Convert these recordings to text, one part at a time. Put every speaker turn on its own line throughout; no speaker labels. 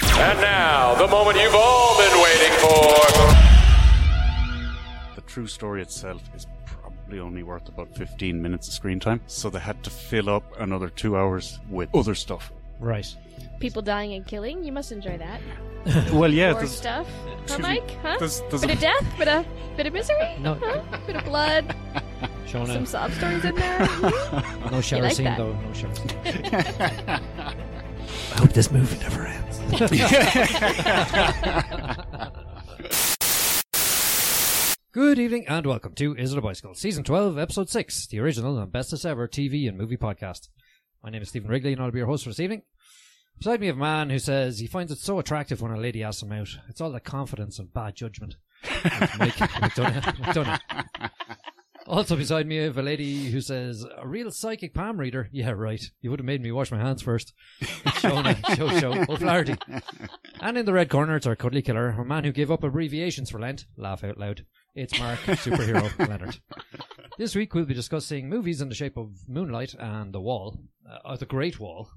And now, the moment you've all been waiting for.
The true story itself is probably only worth about 15 minutes of screen time, so they had to fill up another two hours with other stuff.
Right.
People dying and killing. You must enjoy that.
Well, yeah,
War
there's,
stuff. Huh,
excuse me,
Mike? Huh?
there's- there's
bit
a-
of death, bit of bit of misery,
No.
huh? bit of blood, some
Shona,
sob stories in there.
no shower
like
scene
that?
though. No shower scene.
I hope this movie never ends.
Good evening and welcome to Is It a Bicycle, Season 12, Episode 6, the original and bestest ever TV and movie podcast. My name is Stephen Wrigley and I'll be your host for this evening. Beside me, a man who says he finds it so attractive when a lady asks him out. It's all the confidence and bad judgment. It's Mike McDonough. McDonough. Also beside me, I have a lady who says, a real psychic palm reader. Yeah, right. You would have made me wash my hands first. It's Shona, show, show, O'Flaherty. And in the red corner, it's our cuddly killer, a man who gave up abbreviations for Lent. Laugh out loud. It's Mark, superhero Leonard. This week we'll be discussing movies in the shape of Moonlight and The Wall, uh, or The Great Wall,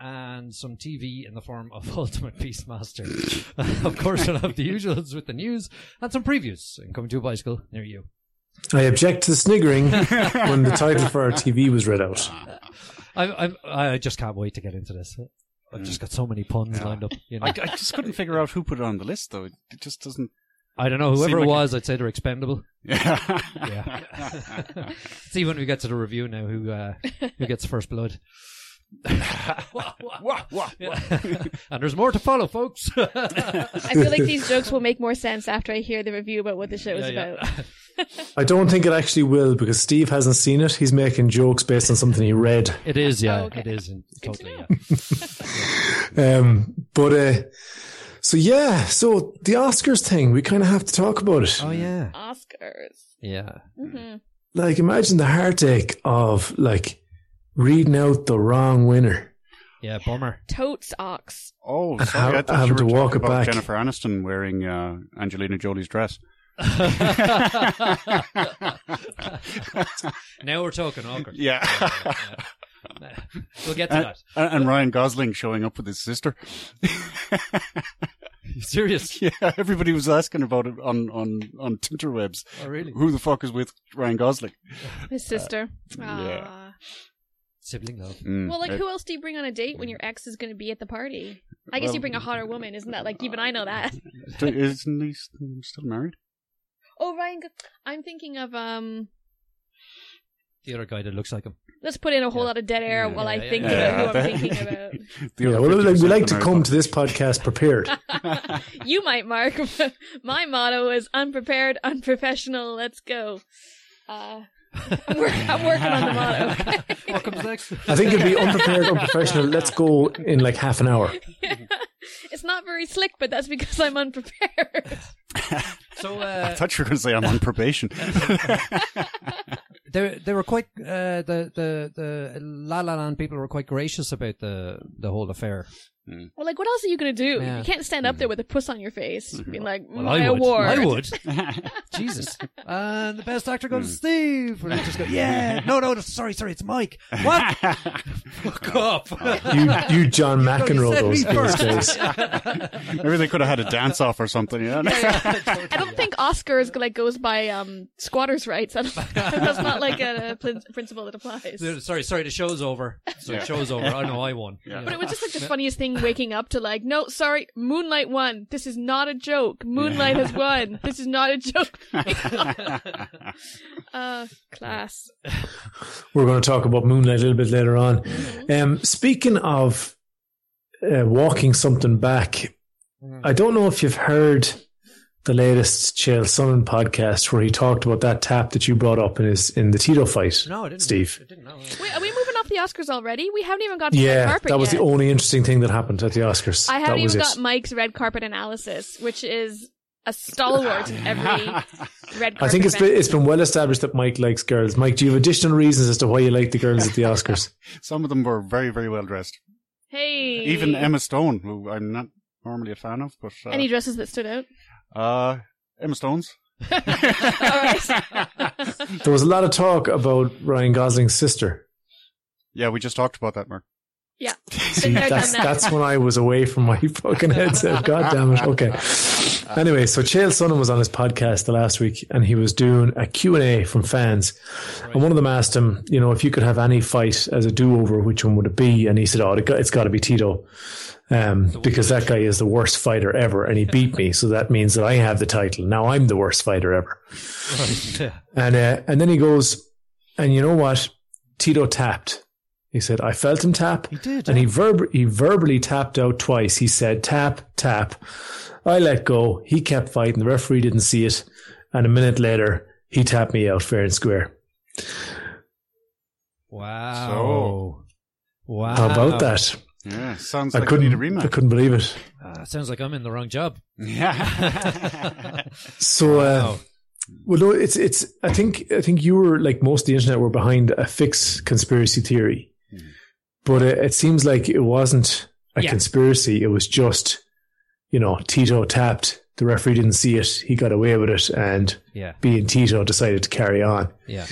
and some TV in the form of Ultimate Beastmaster. of course, we'll have the usuals with the news and some previews in Coming to a Bicycle near you.
I object to sniggering when the title for our TV was read out.
I, I'm, I just can't wait to get into this. I've just got so many puns lined up. You know.
Mm. I,
I,
I just couldn't figure out who put it on the list, though. It just doesn't.
don't know.
Seem
Whoever
like
it
a-
was, I'd say they're expendable.
Yeah.
Yeah. See when we get to the review now who uh, who gets first blood.
Wah, wah, wah.
and there's more to follow, folks.
I feel like these jokes will make more sense after I hear the review about what the show is
Yeah, yeah.
about.
I don't think it actually will because Steve hasn't seen it. He's making jokes based on something he read.
It is, yeah,
Oh, okay.
it is, and totally. Yeah.
Um, but uh, so yeah, so the Oscars thing, we kind of have to talk about it.
Oh yeah,
Oscars.
yeah.
hmm
Like, imagine the heartache of like reading out the wrong winner.
Yeah, bummer.
Totes ox.
Oh,
And
sorry.
how-
I thought
how
you
to
were
walk
talking
it
about
back.
Jennifer Aniston wearing uh, Angelina Jolie's dress.
now we're talking awkward.
Yeah. Uh,
Yeah. We'll get to
and,
that.
and- and Ryan Gosling showing up with his sister.
You serious?
Yeah, everybody was asking about it on on on Tinterwebs.
Oh, really?
Who the fuck is with Ryan Gosling?
His sister.
Uh, yeah.
Aw.
Sibling love.
Mm,
Well, like,
it-
who else do you bring on a date when your ex is going to be at the party? I guess
Well-
you bring a hotter woman, isn't that like even I know that?
isn't he s- still married?
Oh, Ryan, Go- I'm thinking of um.
The other guy that looks like him.
Let's put in a whole
Yeah.
lot of dead air
Yeah,
while I
yeah,
think
yeah,
about who
yeah.
I'm thinking about.
The
Yeah,
other
well, like,
50%
we like to
married
come
couple.
to this podcast prepared.
you might, Mark. but My motto is unprepared, unprofessional. Let's go. Uh, I'm, work- I'm working on the motto.
what comes next?
I think it'd be unprepared, unprofessional. Let's go in like half an hour.
it's not very slick, but that's because I'm unprepared.
so
I
uh,
thought you were going to say I'm on probation.
they they were quite uh, the the the La La Land people were quite gracious about the the whole affair.
well, like, what else are you gonna do?
Yeah. Mm-hmm.
You can't stand up there with a puss on your face, being like,
Well,
"My
Mm, I would.
award."
I would. Jesus. And the best actor
Hmm.
goes to Steve. And I just go, yeah. No, no, no, sorry, sorry, it's Mike. What? Fuck off.
You, you John McEnroe,
said
those
me
in his
first.
face.
Maybe they could have had a dance off or something. You know?
I don't think Oscars like goes by um, squatters' rights. I don't, that's not like a, prin- principle that applies.
No, Sorry, sorry, the show's over. So
Yeah.
the show's over. I know I won.
Yeah.
But it was just like the funniest thing waking up to like, no, sorry, Moonlight won. This is not a joke. Moonlight has won. This is not a joke. uh, class.
We're going to talk about Moonlight a little bit later on.
Mm-hmm.
Um, speaking of uh, walking something back,
Mm.
I don't know if you've heard the latest Chael Sonnen podcast where he talked about that tap that you brought up in his in the Tito fight.
No, I didn't.
Steve.
I didn't know.
Wait, are we moving off the Oscars already? We haven't even got to the red
Yeah,
carpet
that was
yet.
the only interesting thing that happened at the Oscars.
I
that
haven't
was
even
it.
got Mike's red carpet analysis, which is a stalwart in every red carpet.
I think it's
event.
been, it's been well established that Mike likes girls. Mike, do you have additional reasons as to why you like the girls at the Oscars?
Some of them were very, very well dressed.
hey,
Even Emma Stone, who I'm not normally a fan of, but uh,
Any dresses that stood out?
uh, Emma Stone's.
All right.
There was a lot of talk about Ryan Gosling's sister.
Yeah, we just talked about that, Mark.
Yeah.
See,
there, done
that's,
that.
that's when I was away from my fucking headset. God damn it. Okay. Anyway, so Chael Sonnen was on his podcast the last week and he was doing a Q&A from fans. And one of them asked him, you know, if you could have any fight as a do-over, which one would it be? And he said, oh, it got- it's got to be Tito um, because that guy is the worst fighter ever and he beat me. So that means that I have the title. Now I'm the worst fighter ever. And uh, and then he goes, and you know what? Tito tapped. He said, I felt him tap. He
did,
And he verb he verbally tapped out twice. He said, tap, tap. I let go. He kept fighting. The referee didn't see it. And a minute later, he tapped me out fair and square.
Wow.
So-
wow.
How about that?
Yeah, sounds
I
Ah, like we
couldn't
need a
I
rematch.
couldn't believe it.
Uh, sounds like I'm in the wrong job.
Yeah.
So uh,
Wow.
Well, no, it's it's. I think I think you were like most of the internet were behind a fixed conspiracy theory,
Hmm.
but it, it seems like it wasn't a
Yeah.
conspiracy. It was just, you know, Tito tapped. The referee didn't see it. He got away with it, and
Yeah.
being Tito decided to carry on.
Yeah.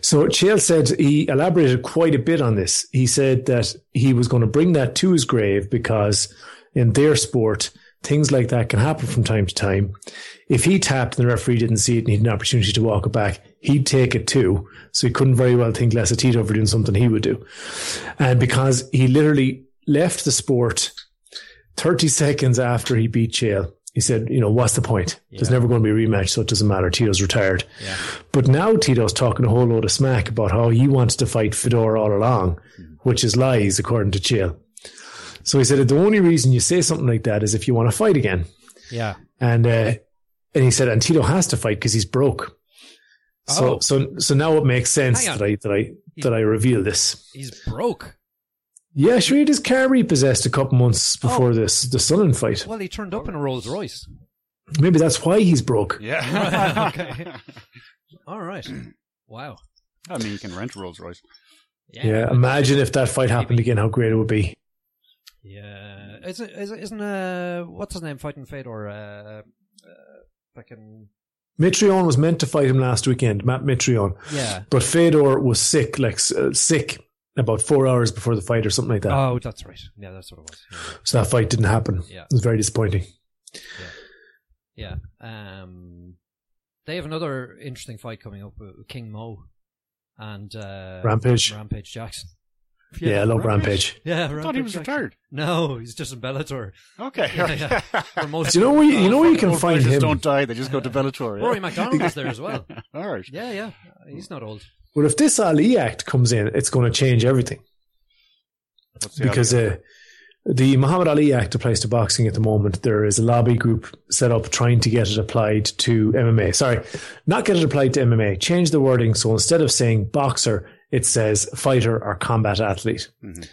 So Chael said he elaborated quite a bit on this. He said that he was going to bring that to his grave because in their sport, things like that can happen from time to time. If he tapped and the referee didn't see it and he had an opportunity to walk it back, he'd take it too. So he couldn't very well think less of Tito for doing something he would do. And because he literally left the sport 30 seconds after he beat Chael, he said, you know, what's the point? There's never going to be a rematch, so it doesn't matter. Tito's retired. But now Tito's talking a whole load of smack about how he wants to fight Fedor all along, which is lies, according to Chael. So he said, the only reason you say something like that is if you want to fight again.
Yeah.
And, uh, and he said, and Tito has to fight because he's broke. So,
Oh.
so, so now it makes sense
Hang on.
that I, that I, that I reveal this.
He's broke.
Yeah, sure. He had his car repossessed a couple months
Oh.
before this the Sullen fight.
Well, he turned up in a Rolls Royce.
Maybe that's why he's broke.
yeah.
okay. All right. Wow.
I mean, you can rent Rolls Royce.
Yeah. imagine if that fight happened again, how great it would be.
Yeah, isn't isn't, isn't uh what's his name fighting Fedor? Uh, uh, fucking
Mitrion was meant to fight him last weekend, Matt Mitrion,
yeah.
but Fedor was sick, like s- uh, sick, about four hours before the fight or something like that.
Oh, that's right. Yeah, that's what it was.
So that fight didn't happen.
Oh. Yeah.
It was very disappointing.
Yeah. yeah. Um, they have another interesting fight coming up with King Mo and uh,
Rampage.
Rampage Jackson.
Yeah, I love Rampage.
Yeah,
I
Rampage
thought he was
Jackson.
retired.
No, he's just in Bellator.
Okay.
Yeah, yeah. For most-
Do you know where you, you know where you can
Old
find
fighters
him?
don't die; they just go to Bellator. yeah?
Rory McDonald is there as well.
All right.
Yeah, yeah. He's not old.
Well, if this Ali Act comes in, it's going to change everything.
What's the
because uh, the Muhammad Ali Act applies to boxing at the moment. There is a lobby group set up trying to get it applied to MMA. Sorry, not get it applied to MMA. Change the wording so instead of saying boxer, it says fighter or combat athlete.
Mhm.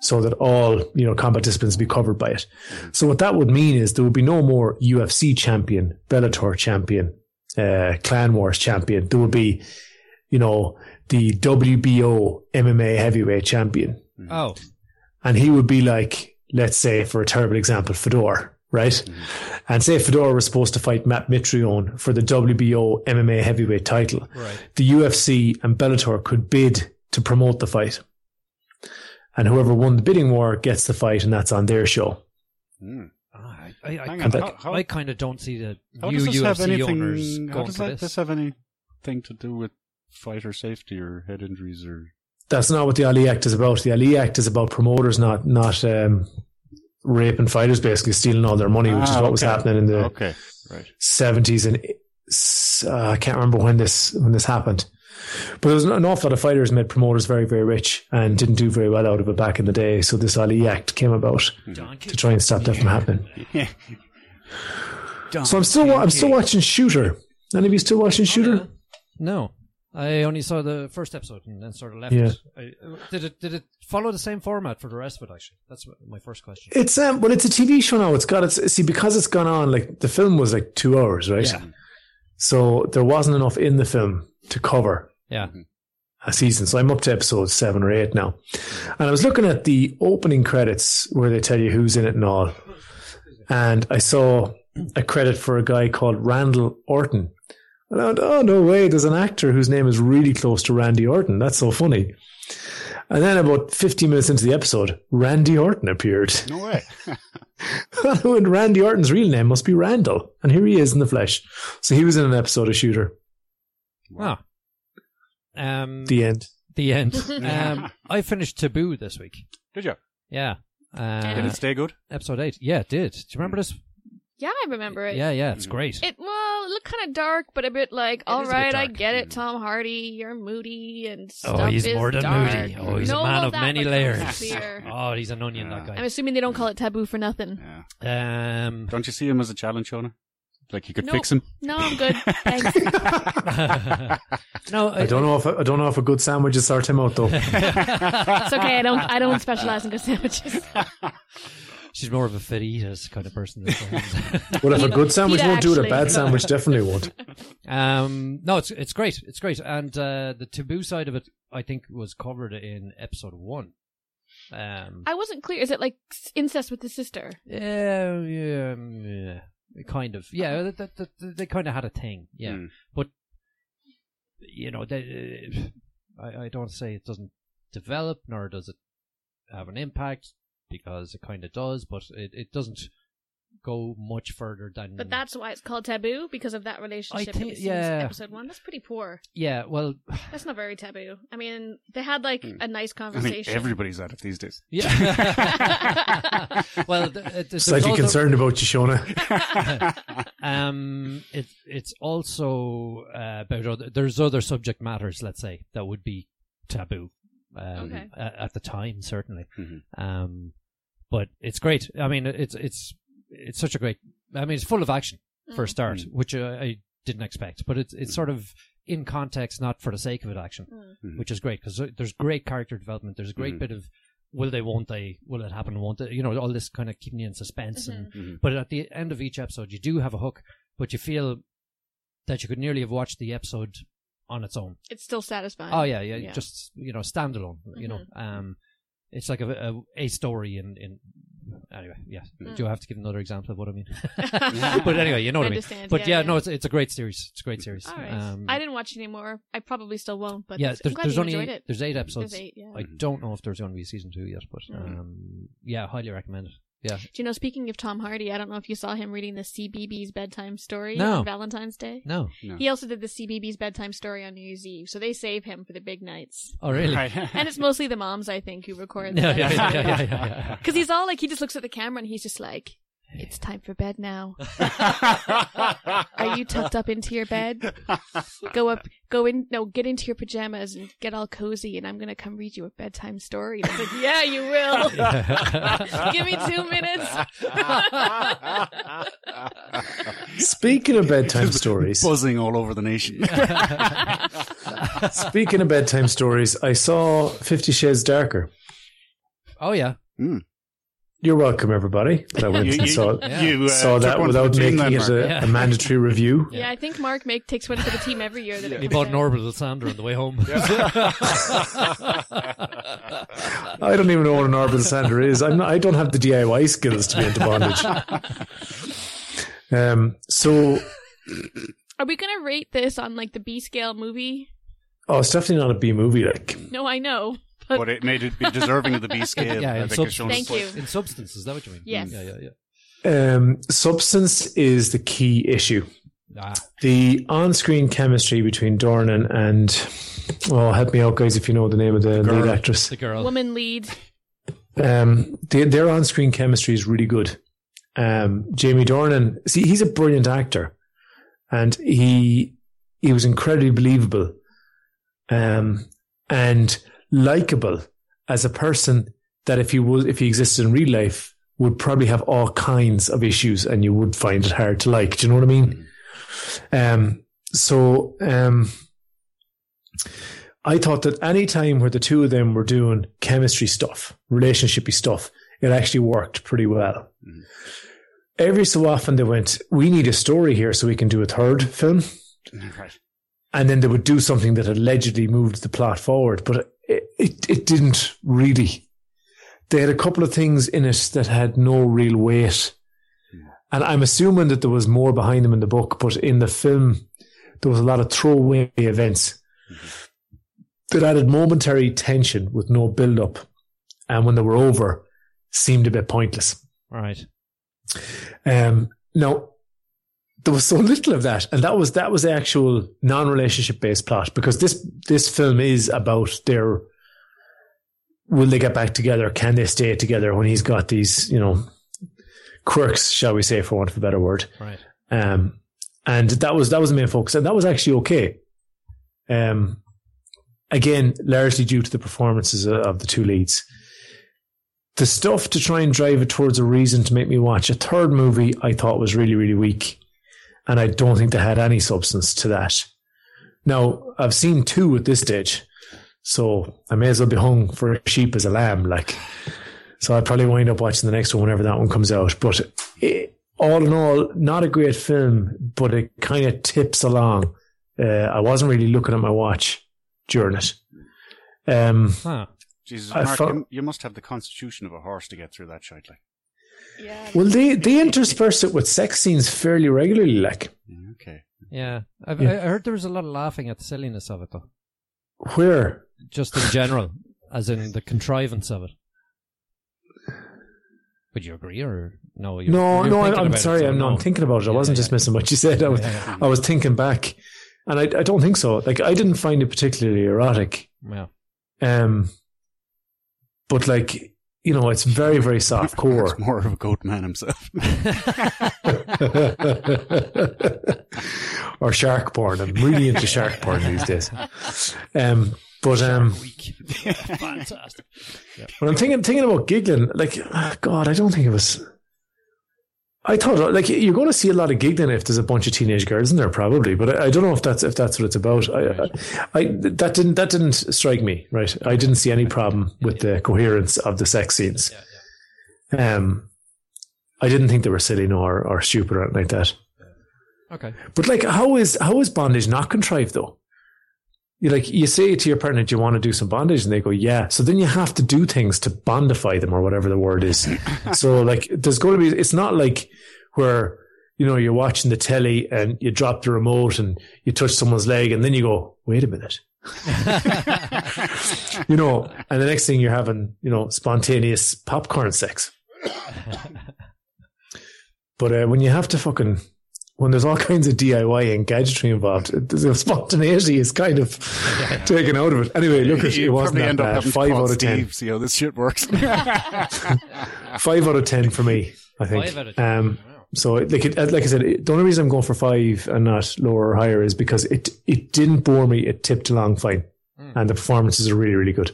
So that all you know combat disciplines be covered by it. So what that would mean is there would be no more UFC champion, Bellator champion, uh, Clan Wars champion. There would be, you know, the WBO MMA heavyweight champion
Oh,
and he would be like, let's say, for a terrible example, Fedor, right?
Mm-hmm.
And say Fedor was supposed to fight Matt Mitrione for the WBO MMA heavyweight title.
right.
The UFC and Bellator could bid to promote the fight. And whoever won the bidding war gets the fight, and that's on their show.
Mm.
Ah, I, I,
Hang
I,
on.
that-
How, how,
I kind of don't see the
how
new
does this have
UFC
anything?
owners
how
going
does
for
that,
this.
this have anything to do with fighter safety or head injuries or?
That's not what the Ali Act is about. The Ali Act is about promoters not not um, raping fighters, basically stealing all their money, which is
Ah,
what was
okay.
happening in the
okay. Right.
seventies and uh, I can't remember when this when this happened. But there was an awful lot of fighters made promoters very very rich and didn't do very well out of it back in the day. So this Ali Act came about Hmm. to try and stop that from happening. So I'm still wa- I'm still watching Shooter. Any of you still watching
Oh,
Shooter?
No, I only saw the first episode and then sort of left.
Yeah.
It. I, did it did it follow the same format for the rest of it? Actually, that's what- my first question.
It's um, well, it's a TV show now. It's got its see because it's gone on like the film was like two hours, right?
Yeah.
So there wasn't enough in the film to cover
Yeah,
Mm-hmm.
a season. So I'm up to episode seven or eight now. And I was looking at the opening credits where they tell you who's in it and all. And I saw a credit for a guy called Randall Orton. And I went, oh, no way, there's an actor whose name is really close to Randy Orton. That's so funny. And then about 15 minutes into the episode, Randy Orton appeared.
No way.
and Randy Orton's real name must be Randall. And here he is in the flesh. So he was in an episode of Shooter.
Ah. Um, the,
The end.
end. um, I finished Taboo this week.
Did you?
Yeah.
Did
Uh,
it stay good?
episode 8. Yeah, it did. Do you
Hmm.
remember this?
Yeah, I remember it.
Yeah, yeah, it's
Mm-hmm.
great.
It well, it looked kind of dark, but a bit Mm. like, all
is a bit
right, I
dark.
get it, Tom Hardy, you're moody and
Oh,
stuff
he's
is
more than
dark.
moody. Oh, he's
No,
a man
well,
of
that
many
becomes
layers.
clear. Uh,
Oh, he's an onion,
Yeah.
I'm assuming they don't call it taboo for nothing.
Yeah.
that guy. Um,
Don't you see him as a challenge, Shona? Like you could
Nope.
fix him.
No, I'm good. Thanks.
no,
I don't know if I don't know if a good sandwich is sort him out though.
it's okay. I don't. I don't specialize in good sandwiches.
She's more of a fajitas kind of person.
But if a good sandwich
Peter
won't do it, a
actually-
bad sandwich definitely won't.
um, no, it's it's great. It's great, and uh, the taboo side of it, I think, was covered in episode one. Um,
I wasn't clear. Is it like s- incest with the sister?
yeah, yeah, mm, yeah, kind of. Yeah, th th th they kind of had a thing. Yeah,
Hmm.
Mm.
but you know, they, I I don't say it doesn't develop nor does it have an impact because it kind of does, but it it doesn't go much further than.
But that's why it's called taboo because of that relationship.
thi-
that we see
yeah.
in episode one. That's pretty poor.
yeah. Well,
That's not very taboo. I mean, they had like
Hmm.
a
I
nice
mean,
conversation.
everybody's at it these days.
Yeah. well, th- th- there's
Slightly
also-
concerned about you, Shona.
Um, it, it's also uh, about other, there's other subject matters, let's say, that would be taboo um,
Okay.
a- at the time, certainly.
Mhm.
Mm-hmm.
Um, but it's great. I mean, it's it's it's such a great. I mean, it's full of action for a
Mm.
start, which uh, I didn't expect. But it's it's sort of in context, not for the sake of it, action,
Mm.
Mhm.
which is great because there's great character development. There's a great
Mhm.
bit of will they, won't they, will it happen, won't it? You know, all this kind of keeping you in
Mm-hmm.
suspense. And
Mhm.
but at the end of each episode, you do have a hook, but you feel that you could nearly have watched the episode on its own.
It's still satisfying.
Oh yeah, yeah,
yeah. Mm-hmm.
just you know, standalone. You know, um, it's like a a, a story in in. Anyway, yeah.
Mm.
Do I have to give another example of what I mean? but anyway, you know
I
what I mean.
understand.
But
yeah,
yeah, no, it's it's a great series. It's a great series.
All right.
Um,
I didn't watch anymore. I probably still won't. But
yeah,
I'm
there's,
glad
there's
you
only
enjoyed it.
there's eight episodes.
There's eight, yeah.
I don't know if there's going to be a season two yet, but
Mm.
um, yeah, highly recommend it. Yeah,
Do you know? Speaking of Tom Hardy, I don't know if you saw him reading the CBBS bedtime story
No.
on Valentine's Day.
no,
No.
He also did the CBBS bedtime story on New Year's Eve, so they save him for the big nights.
oh really?
Right.
And it's mostly the moms, I think, who record
Yeah, yeah, yeah, yeah, yeah, yeah.
Because he's all like, he just looks at the camera and he's just like, "It's time for bed now. Are you tucked up into your bed? Go up, go in. No, get into your pajamas and get all cozy. And I'm gonna come read you a bedtime story." And I'm like, "Yeah, you will. Give me two minutes."
Speaking of bedtime stories,
Buzzing all over the nation.
speaking of bedtime stories, I saw Fifty Shades Darker.
oh yeah.
You're welcome, everybody. That I went
You-
and
you-
saw,
Yeah.
You uh,
saw
took
that
one for
without
the team
making
then, Mark.
it a,
Yeah.
a mandatory review.
Yeah, I think Mark make takes one for the team every year. That it
We
comes
bought
out.
an orbital sander on the way home.
I don't even know what an orbital sander is. I'm not, I don't have the DIY skills to be into bondage. Um, so,
Are we gonna rate this on like the B scale movie?
oh, it's definitely not a B movie. Like,
No, I know.
But it made it be deserving of the B scale.
Yeah,
I
in
think
sub-
it's shown
Thank
us-
you.
In substance, is that what you mean? Mm,
Yes.
Yeah, yeah, yeah.
um, substance is the key issue.
Ah,
The on-screen chemistry between Dornan and oh, help me out, guys, if you know the name of the, lead actress.
the girl.
Woman lead.
Um, the, their on-screen chemistry is really good. Um, Jamie Dornan, see, he's a brilliant actor, and he he was incredibly believable, um, and likable as a person that if he was if he existed in real life would probably have all kinds of issues, and you would find it hard to like. Do you know what I mean? Um, so um, I thought that any time where the two of them were doing chemistry stuff, relationshipy stuff, it actually worked pretty well.
Mhm.
Every so often they went, "We need a story here so we can do a third film,"
Right.
and then they would do something that allegedly moved the plot forward, but it it, it didn't really. They had a couple of things in it that had no real weight. And I'm assuming that there was more behind them in the book, but in the film, there was a lot of throwaway events. that added momentary tension with no build up. And when they were over, seemed a bit pointless.
Right.
Um, now, there was so little of that, and that was that was the actual non-relationship based plot because this this film is about their will they get back together? Can they stay together when he's got these you know quirks, shall we say, for want of a better word?
Right.
Um, and that was that was the main focus, and that was actually okay. Um, again, largely due to the performances of- of the two leads. The stuff to try and drive it towards a reason to make me watch a third movie, I thought was really really weak, and I don't think they had any substance to that. Now I've seen two at this stage, so I may as well be hung for a sheep as a lamb, like. So I'll probably wind up watching the next one whenever that one comes out. But it, all in all, not a great film, but it kind of tips along. Uh, I wasn't really looking at my watch during it. Um,
Huh.
Jesus,
I
Mark,
thought-
you, you must have the constitution of a horse to get through that shite. Like,
Yeah.
well, they, they intersperse it with sex scenes fairly regularly. Like,
Yeah, okay.
Yeah. I've,
Yeah.
I I heard there was a lot of laughing at the silliness of it, though.
where?
Just in general, as in the contrivance of it. Would you agree or no? You're,
no,
you're
no,
thinking
I, I'm
about it,
sorry,
so
I'm
no.
not thinking about it. I
Yeah,
wasn't
yeah.
dismissing what you said. I was,
Yeah.
I was thinking back, and I, I don't think so. Like, I didn't find it particularly erotic.
Yeah.
Um, but like you know, it's very very soft core.
Mark's more of a goat man himself.
or shark porn. I'm really into shark porn these days. Um, but um,
Fantastic.
when I'm thinking thinking about giggling, like ah, God, I don't think it was. I thought like you're going to see a lot of giggling if there's a bunch of teenage girls in there, probably. But I, I don't know if that's if that's what it's about. I, I, I that didn't that didn't strike me right. I didn't see any problem with the coherence of the sex scenes.
Yeah,
Um, I didn't think they were silly no, or or stupid or anything like that.
Okay.
But like, how is how is bondage not contrived though? You like you say to your partner, "Do you want to do some bondage?" And they go, "Yeah." So then you have to do things to bondify them or whatever the word is. so like, there's going to be. It's not like where you know you're watching the telly and you drop the remote and you touch someone's leg and then you go, "Wait a minute." you know, and the next thing you're having, you know, spontaneous popcorn sex. But uh, when you have to fucking, when there's all kinds of DIY and gadgetry involved, it- the spontaneity is kind of taken out of it. Anyway, look, it, it
You
wasn't
probably
that
end up
bad.
having to
Five
call
out of
Steve,
ten.
See how this shit works.
Five out of ten for me, I think.
Five out of ten.
Um,
Wow.
so, it- like, it, like I said, it, the only reason I'm going for five and not lower or higher is because it it didn't bore me. It tipped along fine,
Hmm.
Mm.
and the performances are really, really good.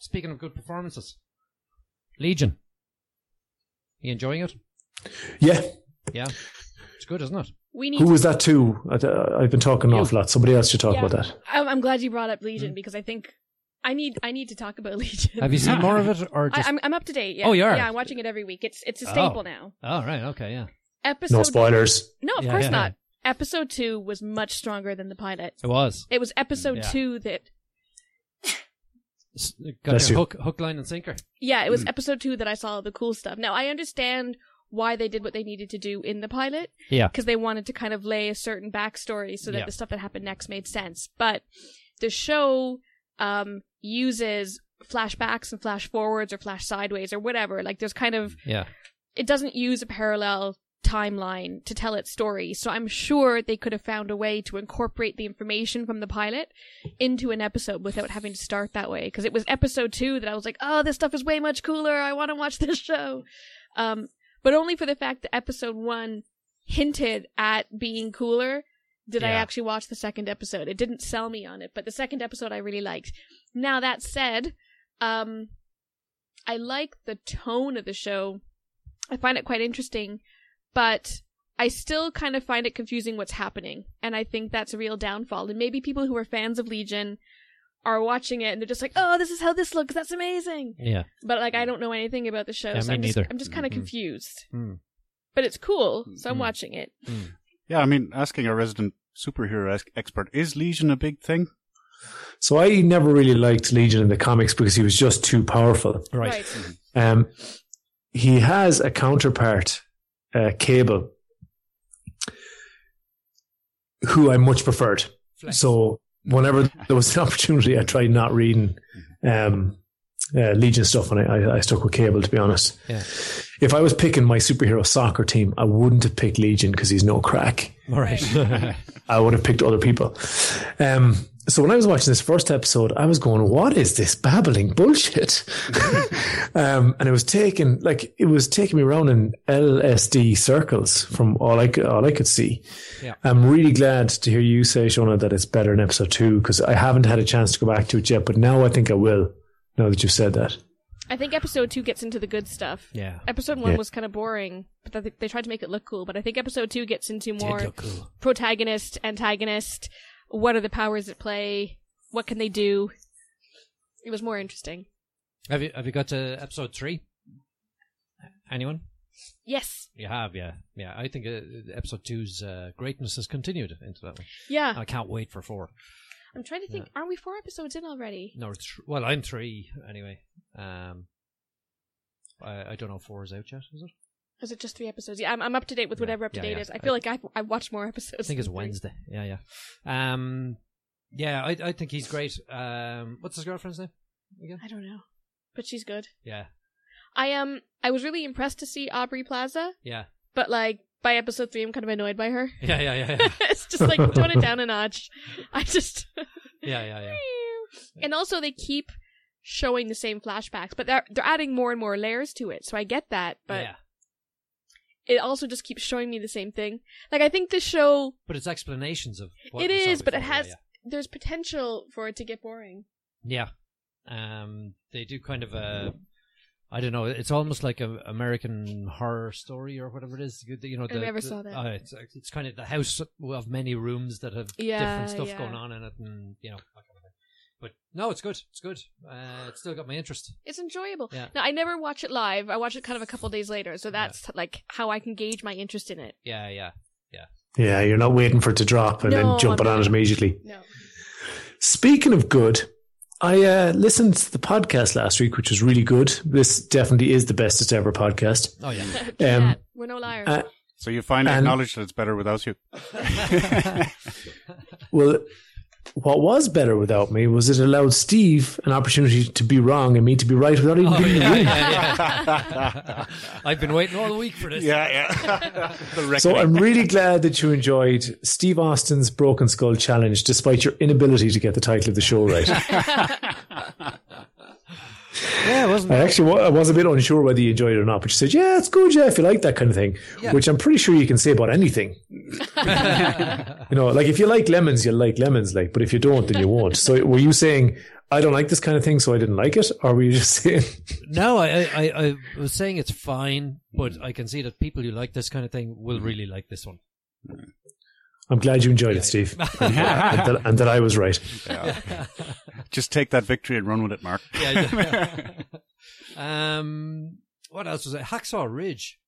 Speaking of good performances, Legion. You enjoying it?
Yeah,
Yeah. It's good, isn't it?
we need
Who was that too? I, have been talking an awful lot. Somebody else should talk
Yeah.
about that.
I'm, I'm glad you brought up Legion because I think I need I need to talk about Legion.
Hmm. Have you seen more of it or
I,
just?
I'm I'm up to date. Yeah.
Oh, you are?
Yeah, I'm watching it every week. It's it's a
Oh.
staple now.
oh right, okay, yeah.
Episode
No spoilers.
No, of
Yeah,
course
yeah.
not. Episode two was much stronger than the pilot.
It was.
It was episode
Yeah.
two that
S- Got
Bless
your
you.
hook, hook, line, and sinker.
yeah, it was episode two that I saw the cool stuff. Now I understand why they did what they needed to do in the pilot
Yeah.
because they wanted to kind of lay a certain backstory so that
Yeah.
the stuff that happened next made sense. But the show um, uses flashbacks and flash forwards or flash sideways or whatever. Like there's kind of
Yeah.
it doesn't use a parallel timeline to tell its story. So I'm sure they could have found a way to incorporate the information from the pilot into an episode without having to start that way. Because it was episode two that I was like, oh, this stuff is way much cooler. I want to watch this show. Um, but only for the fact that episode one hinted at being cooler did I
Yeah.
actually watch the second episode. It didn't sell me on it, but the second episode I really liked. Now that said, um, I like the tone of the show. I find it quite interesting, but I still kind of find it confusing what's happening. And I think that's a real downfall. And maybe people who are fans of Legion are watching it and they're just like, oh, this is how this looks. That's amazing.
Yeah.
But like, I don't know anything about the show.
Yeah,
so
me
I'm
neither.
Just, I'm just kind of
Mhm.
confused.
Mm.
But it's cool. So I'm
Mhm.
watching it.
yeah, I mean, asking a resident superhero ex- expert, is Legion a big thing?
So I never really liked Legion in the comics because he was just too powerful.
Right.
Um, he has a counterpart, uh, Cable, who I much preferred.
Flex.
So whenever there was an opportunity, I tried not reading um, uh, Legion stuff, and I, I, I stuck with Cable. To be honest,
Yeah.
if I was picking my superhero soccer team, I wouldn't have picked Legion because he's no crack.
All right.
I would have picked other people. Um, so when I was watching this first episode, I was going, "What is this babbling bullshit?" um, and it was taking like it was taking me around in LSD circles from all I could, all I could see.
Yeah.
I'm really glad to hear you say, Shona, that it's better in episode two because I haven't had a chance to go back to it yet, but now I think I will. Now that you've said that,
I think episode two gets into the good stuff.
yeah.
Episode one
Yeah.
was kind of boring, but they, they tried to make it look cool. But I think episode two gets into
Did
more
look cool.
protagonist, antagonist. What are the powers at play? What can they do? It was more interesting.
Have you have you got to episode three? Anyone?
Yes.
You have, yeah, yeah. I think uh, episode two's uh, greatness has continued into that one.
Yeah.
I can't wait for four.
I'm trying to think. Are we four episodes in already?
No, th- well, I'm three anyway. Um, I, I don't know if four is out yet. Is it?
Is it just three episodes? Yeah, I'm, I'm up to date with
Yeah,
whatever up to
yeah,
date
yeah.
is. I feel like I've, I've watched more
I
episodes.
think it's
than three.
Wednesday. Yeah, yeah. Um, yeah, I, I think he's great. Um, what's his girlfriend's name? Again?
I don't know, but she's good.
Yeah,
I um, I was really impressed to see Aubrey Plaza,
yeah,
but like by episode three, I'm kind of annoyed by her.
yeah, yeah, yeah, yeah,
it's just like tone it down a notch. I just
yeah, yeah. yeah.
and also they keep showing the same flashbacks, but they're they're adding more and more layers to it. So I get that, but
yeah.
it also just keeps showing me the same thing. Like I think the show
But it's explanations of what
it
we saw
is, but it
before,
has
yeah,
there's potential for it to get boring.
Yeah. Um, they do kind of a. I don't know. It's almost like a American horror story or whatever it is. You you know,
I
the,
never
the-
saw that.
uh, it's, it's kind of the house of many rooms that have
Yeah,
different stuff
yeah.
going on in it, and you know. that kind of thing. But no, it's good. It's good. Uh, it's still got my interest.
It's enjoyable.
Yeah.
Now I never watch it live. I watch it kind of a couple days later, so that's like how I can gauge my interest in it.
Yeah, yeah,
yeah, you're not waiting for it to drop and
No,
then jumping
I'm
on it
not.
immediately.
No.
Speaking of good, I uh, listened to the podcast last week, which was really good. This definitely is the bestest ever podcast.
oh yeah.
yeah, we're no liars.
uh,
So you finally
And-
acknowledge that it's better without you.
Well, what was better without me was it allowed Steve an opportunity to be wrong and me to be right without even
Oh,
being
yeah,
wrong.
yeah, yeah. I've been waiting all week for this.
Yeah, yeah. the record.
So I'm really glad that you enjoyed Steve Austin's Broken Skull Challenge, despite your inability to get the title of the show right.
Yeah, it wasn't.
I actually wa- I was a bit unsure whether you enjoyed it or not, but you said, "Yeah, it's good. Yeah, if you like that kind of thing," which I'm pretty sure you can say about anything. you know, like if you like lemons, you'll like lemons, like. But if you don't, then you won't. So were you saying I don't like this kind of thing, so I didn't like it, or were you just saying?
No, I, I, I- I was saying it's fine, but I can see that people who like this kind of thing will really like this one.
I'm glad you enjoyed it, Steve, and, that, and that I was right.
Just take that victory and run with it, Mark.
Yeah. um, what else was it? Hacksaw Ridge.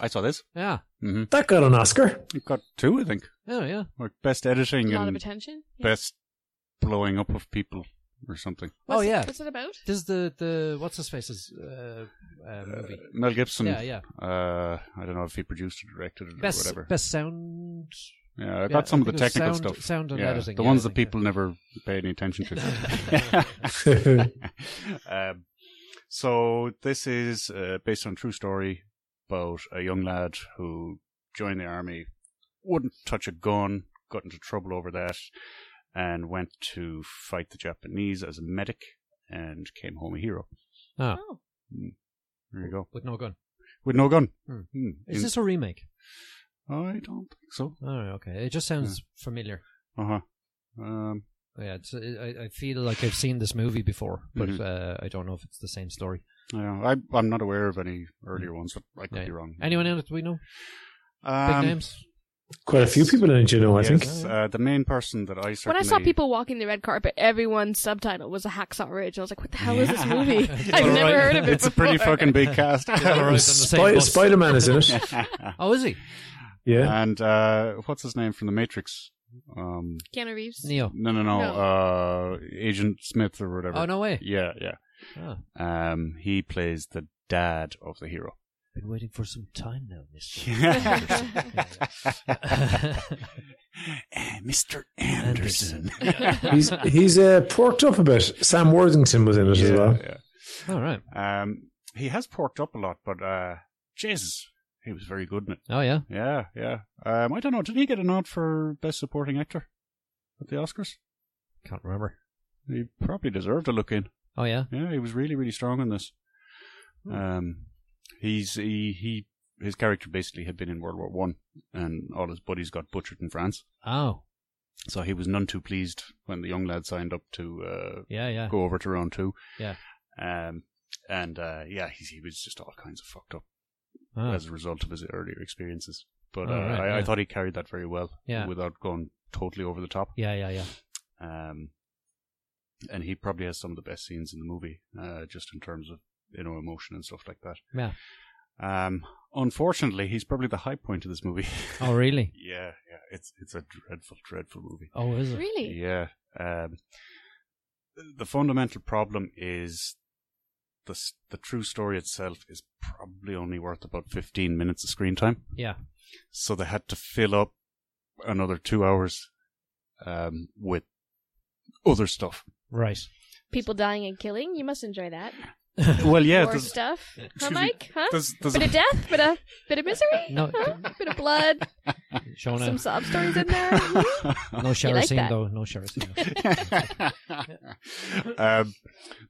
I saw this.
Yeah.
That got an Oscar.
It got two, I think.
Oh, yeah.
Or best
a
editing
lot of
and
attention. Yeah.
best blowing up of people or something.
Oh,
What's it-
yeah.
what's it about?
This is the, the what's his face's uh, uh, movie.
Mel Gibson.
yeah, yeah.
Uh, I don't know if he produced or directed it
Best
or whatever.
best sound.
yeah, I got
yeah,
some of
I
the
think it was
technical
sound-
stuff.
sound and
yeah,
editing,
the
yeah,
ones
I
that
think, yeah.
people never pay any attention to.
yeah,
um, so this is uh, based on a true story about a young lad who joined the army, wouldn't touch a gun, got into trouble over that, and went to fight the Japanese as a medic, and came home a hero.
Ah.
Hmm.
Oh.
There you go,
with no gun.
with no gun.
Hmm.
Hmm.
Is
In-
this a remake?
I don't think so.
Oh, okay. It just sounds familiar.
Uh huh. Um,
Yeah, it's, I, I feel like I've seen this movie before, but
Mhm.
uh, I don't know if it's the same story.
I, don't know. I I'm not aware of any earlier ones, but I could
Hmm. Yeah.
be wrong.
Anyone else we know? Big
Um,
names?
Quite a few people in it, you know. I think.
yes, uh, the main person that I certainly
When I saw people walking the red carpet, everyone's subtitle was a Hacksaw Ridge. I was like, "What the hell is this movie?
It's
I've
all
never
right.
heard of it."
It's a pretty
before.
fucking big cast.
all right. It's on the same
Spi-
bus.
Spider Man is in it.
Oh, is he?
Yeah.
and uh, what's his name from The Matrix? Um,
Keanu Reeves.
Neo.
no, no, no.
No.
Uh, Agent Smith or whatever.
Oh, no way.
Yeah, yeah.
Oh.
Um, he plays the dad of the hero.
Been waiting for some time now, Mister.
Eh, Mr.
Anderson.
Anderson.
He's he's uh, porked up a bit. Sam Worthington was in it as well.
Yeah,
All right.
yeah. Um, he has porked up a lot, but uh, Jesus, he was very good in it.
Oh yeah.
Yeah, yeah. Um, I don't know. Did he get a nod for best supporting actor at the Oscars?
Can't remember.
He probably deserved a look in.
Oh yeah.
Yeah, he was really, really strong in this.
Hmm.
Um, he's he, he his character basically had been in World War One, and all his buddies got butchered in France.
Oh
So he was none too pleased when the young lad signed up to uh,
yeah yeah.
go over to round two.
Yeah.
Um, and uh, yeah, he, he was just all kinds of fucked up
Oh.
as a result of his earlier experiences. But
Oh,
uh,
right,
I, I
yeah.
thought he carried that very well,
Yeah.
without going totally over the top.
Yeah yeah yeah.
Um, and he probably has some of the best scenes in the movie, uh, just in terms of you know emotion and stuff like that.
Yeah.
Um, unfortunately, he's probably the high point of this movie.
Oh really?
yeah, yeah, it's it's a dreadful, dreadful movie.
Oh is it?
Really?
Yeah. Um, the fundamental problem is the s- the true story itself is probably only worth about fifteen minutes of screen time,
Yeah.
so they had to fill up another two hours um, with other stuff.
Right.
People dying and killing. You must enjoy that.
Well, yeah,
War
there's,
stuff. Huh,
excuse me.
Mike? Huh?
there's, there's
Bit
a,
of death, bit of bit of misery,
No.
huh? bit of blood,
Shona.
some sob stories in there.
No shower
like
scene
that?
though. No shower scene.
um,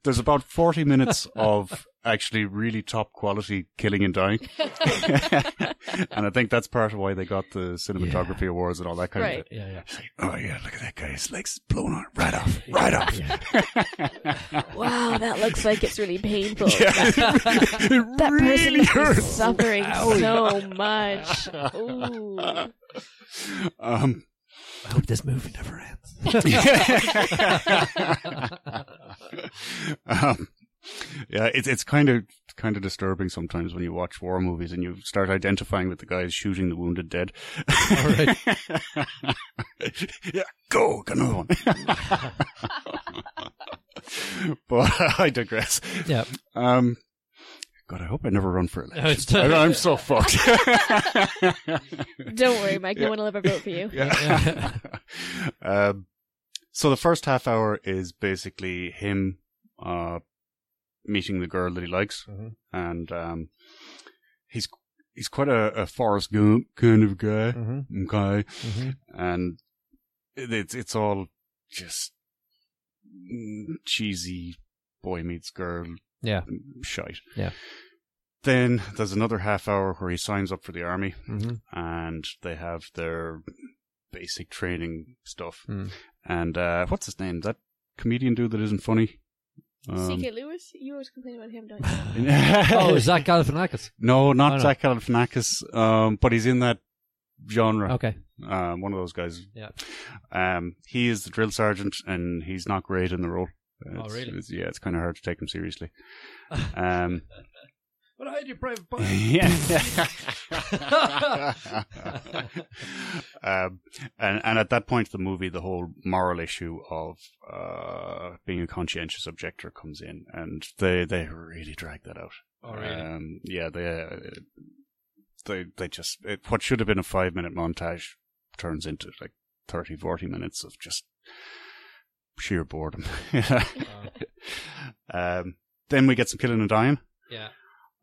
there's about 40 minutes of actually really top quality killing and dying. and I think that's part of why they got the cinematography awards and all that kind
Right.
of thing.
yeah yeah.
It's like, oh yeah, look at that guy. His legs blown off, right off, right off.
Yeah.
wow, that looks like it's really painful.
Yeah, it,
That person
really
must be
hurts.
suffering
So much. Ooh.
Um,
I hope this movie never ends.
um, yeah, it's it's kind of kind of disturbing sometimes when you watch war movies and you start identifying with the guys shooting the wounded dead.
All right.
yeah, go get another one. but I digress.
Yeah. Oh,
Um, God, I hope I never run for election.
it's-
I, I'm so fucked.
Don't worry, Mike. No one will ever vote for you.
Yeah. um, so the first half hour is basically him uh, meeting the girl that he likes,
Mhm.
and um, he's he's quite a, a Forrest Gump kind of guy,
Mm-hmm.
okay?
Mm-hmm.
And it- it's it's all just mm, cheesy boy meets girl
Yeah.
shite.
Yeah.
Then there's another half hour where he signs up for the army
Mm-hmm.
and they have their basic training stuff.
Mm.
And uh, what's his name? That comedian dude that isn't funny. Um,
CK Lewis, you always complain about him, don't you?
Oh, Zach Galifianakis.
no, not
Oh, no.
Zach Galifianakis, um, but he's in that genre.
Okay.
Um, one of those guys.
Yeah.
Um, he is the drill sergeant, and he's not great in the role. It's-
Oh, really?
it's- yeah, it's kind of hard to take him seriously.
Uh,
Um,
But I had your private
yeah. um, and, and at that point of the movie, the whole moral issue of uh, being a conscientious objector comes in, and they, they really drag that out.
Oh, really?
Um, yeah, they, uh, they, they just, it, what should have been a five minute montage turns into like 30, 40 minutes of just sheer boredom.
Uh,
um, then we get some killing and dying.
yeah.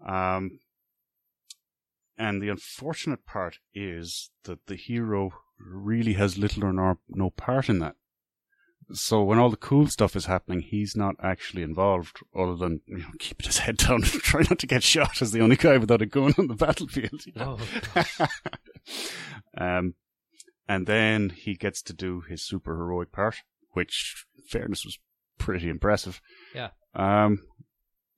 Um, and the unfortunate part is that the hero really has little or nor, no part in that. So when all the cool stuff is happening, he's not actually involved, other than you know, keeping his head down and try not to get shot as the only guy without a gun on the battlefield. you know?
Oh,
um, and then he gets to do his super heroic part, which, in fairness, was pretty impressive.
Yeah.
Um,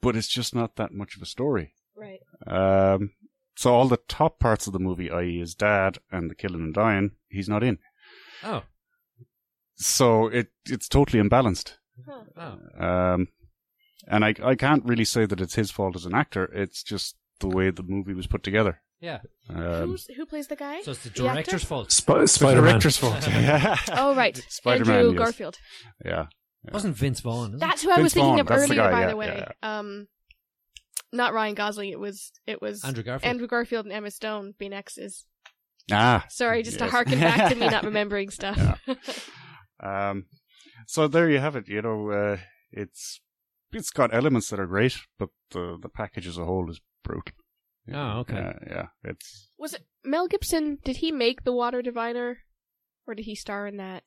but it's just not that much of a story.
Right.
Um, so all the top parts of the movie, i.e., his dad and the killing and dying, he's not in.
oh,
So it it's totally imbalanced.
oh.
Um, and I I can't really say that it's his fault as an actor. It's just the way the movie was put together.
Yeah.
Um,
Who's, who plays the guy?
So it's the
The
director's fault.
Sp- Spider Man.
director's fault. yeah.
Oh, right.
Spider-Man,
Andrew
yes.
Garfield.
yeah.
It wasn't Vince Vaughn. Is it?
That's who I
Vince
was thinking
Vaughn,
of
that's the
earlier,
guy,
by
yeah,
the way.
yeah,
Um, not Ryan Gosling. It was it was
Andrew Garfield.
Andrew Garfield and Emma Stone being exes.
Ah,
Sorry, just to
Yes.
harken back to me not remembering stuff.
Um, so there you have it. You know, uh, it's it's got elements that are great, but the the package as a whole is brutal.
Oh, okay.
Uh, yeah, it's
Was it Mel Gibson? Did he make The Water Diviner, or did he star in that?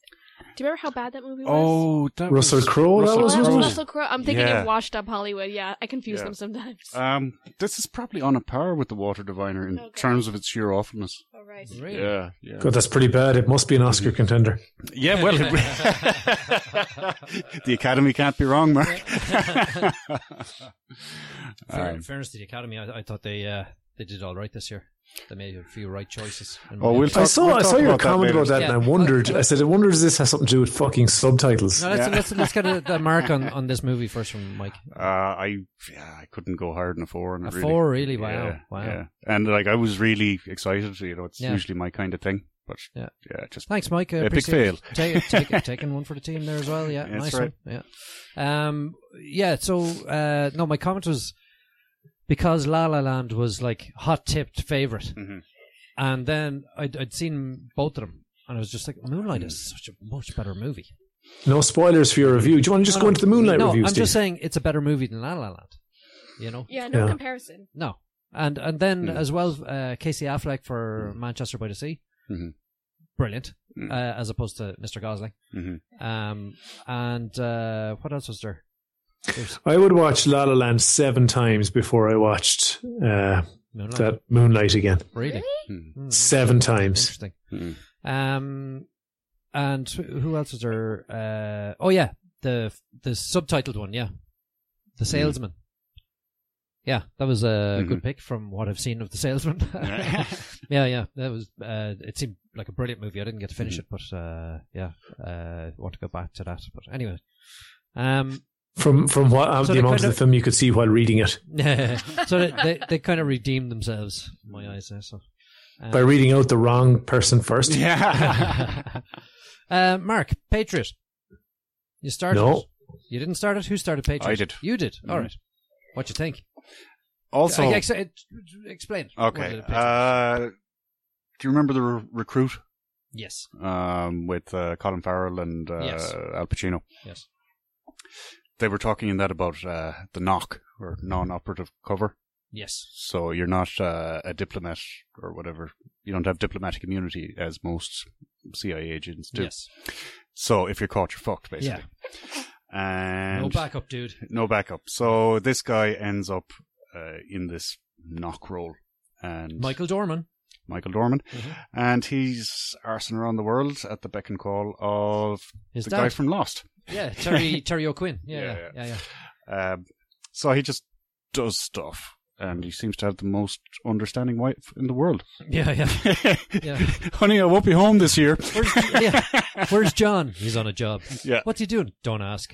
Do you remember how bad that movie was?
oh that
Russell
was-
Crowe, that
Russell
was,
Well, that
wasn't
was
it?
Russell Crowe. I'm thinking
Yeah.
of Washed Up Hollywood. Yeah, I confuse
Yeah.
them sometimes.
Um, this is probably on a par with the Water Diviner in
Okay.
terms of its sheer awfulness.
oh, right.
Really?
Yeah, yeah,
God, that's pretty bad. It must be an Oscar contender.
yeah. Well, it- the Academy can't be wrong, Mark.
Fair-
Um,
in fairness to the academy, I, I thought they uh, they did all right this year. They made a few right choices. in
Oh,
my
we'll
opinion.
I
Talk-
saw
we'll
I
talk
saw your
about that
comment
later.
about that, and I
Yeah.
wondered. I said, I wonder does this have something to do with fucking subtitles?
No, let's,
Yeah.
let's, let's get a, the mark on, on this movie first from Mike.
Uh, I yeah, I couldn't go higher than a four on
A
it.
four, really? Wow,
Yeah,
wow.
yeah. And like I was really excited. You know, it's
Yeah.
usually my kind of thing, but
Yeah.
yeah, just
Thanks, Mike. I
Epic
appreciate it.
fail.
Take, take, taking one for the team there as well. Yeah,
That's
nice
right.
one. Yeah, um, yeah. So uh, no, my comment was because La La Land was like hot tipped favorite,
Mhm.
and then I'd, I'd seen both of them, and I was just like, Moonlight is such a much better movie.
No spoilers for your review. Do you want to just
No,
go
no.
into the Moonlight
no,
review,
I'm
Steve?
just saying it's a better movie than La La Land. You know,
Yeah, no
Yeah.
comparison.
no, and and then
Hmm.
Mm.
as well, uh, Casey Affleck for Manchester by the Sea,
Mm-hmm.
Mhm.
brilliant,
Mm.
Hmm.
uh, as opposed to Mr. Gosling.
mhm.
Mm-hmm.
Um, and uh, what else was there? There's
I would watch La La Land seven times before I watched uh,
Moonlight.
that Moonlight again.
really
Mhm.
Hmm,
Seven times. Hmm.
interesting.
Mhm.
Um, and who who else was there? Uh, oh yeah, the the subtitled one. Yeah, the
Hmm.
salesman. Yeah, that was a
Mm-hmm.
good pick from what I've seen of the salesman.
Yeah.
yeah, yeah, that was. Uh, it seemed like a brilliant movie. I didn't get to finish it, but uh, yeah, uh, want to go back to that. But anyway, um,
From from what uh,
So
the
they kind
amount of the
of-
film you could see while reading it
so they, they they kind of redeemed themselves. in My eyes there. So um,
by reading out the wrong person first.
Yeah.
uh, Mark, Patriot. You started.
No.
it. You didn't start it? Who started Patriot?
I did.
You did.
Mhm.
All right. What you think?
also,
I- I- ex- it- explain. what
okay.
the Patriot-
Uh, do you remember the re- recruit
yes.
um, with uh, Colin Farrell and uh,
Yes.
Al Pacino?
Yes.
They were talking in that about uh, the knock or non-operative cover.
Yes.
So you're not uh, a diplomat or whatever. You don't have diplomatic immunity as most CIA agents do.
Yes.
So if you're caught, you're fucked, basically. And
no backup, dude.
no backup. So this guy ends up uh, in this knock role, and
Michael Dorman.
Michael Dorman,
Mhm.
and he's arsing around the world at the beck and call of
His
the
dad.
guy from Lost.
yeah, Terry Terry O'Quinn. Yeah, yeah,
Yeah,
yeah. yeah,
Um, so he just does stuff, and he seems to have the most understanding wife in the world.
yeah. yeah. Yeah.
Honey, I won't be home this year.
Where's, yeah. Where's John? He's on a job.
Yeah.
What's he doing? Don't ask.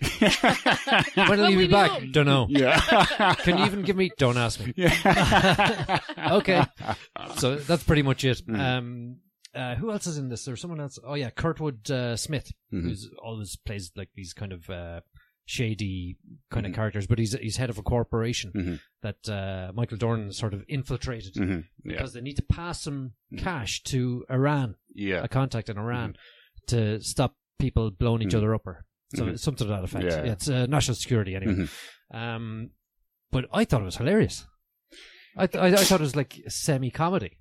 When'll he
When
be
will
back?
you know?
Don't know.
yeah.
Can you even give me? Don't ask me.
yeah.
okay. So that's pretty much it.
Hmm.
Um, uh, who else is in this? There's someone else. Oh yeah, Kurtwood uh, Smith,
Mhm.
who's always plays like these kind of uh, shady kind
Mm-hmm.
of characters, but he's he's head of a corporation
Mhm.
that uh, Michael Dorn sort of infiltrated
Mhm. Yeah. Mm.
because they need to pass some cash to Iran,
Yeah.
a contact in Iran,
Mm-hmm.
to stop people blowing each
Mhm.
other up or so,
Mhm.
something to that effect.
Yeah. Mm-hmm.
Yeah, it's uh, national security anyway. Um, but I thought it was hilarious. I, th- I, I thought it was like semi comedy.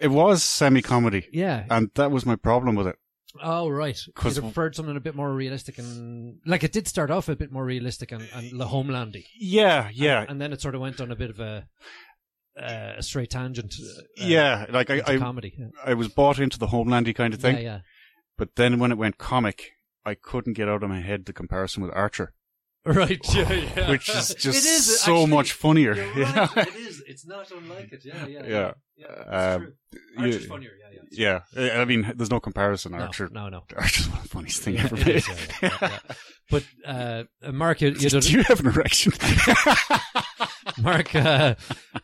It was semi comedy,
Yeah.
and that was my problem with it.
Oh right.
'Cause-
Because preferred something a bit more realistic and like it did start off a bit more realistic and, and la homelandy,
Yeah, yeah,
and then it sort of went on a bit of a uh, a straight tangent. Uh,
yeah. Like I,
into
I,
comedy. Yeah.
I was bought into the homelandy kind of thing,
yeah, yeah.
but then when it went comic, I couldn't get out of my head the comparison with Archer,
Right. Yeah, yeah.
which is just
It is,
so
actually.
much funnier.
You're
you know?
right, it is. It's not unlike it. Yeah. Yeah. Uh,
Yeah.
yeah.
Um,
It's true. Archer's
you-
funnier. Yeah. Yeah.
Yeah, I I mean, there's no comparison.
No,
Archer,
No. No.
Archer's one of the funniest things
Yeah,
ever
it
made.
is, yeah, yeah, yeah, yeah. But uh, Mark, you, you did,
Do you have an erection?
Mark, uh,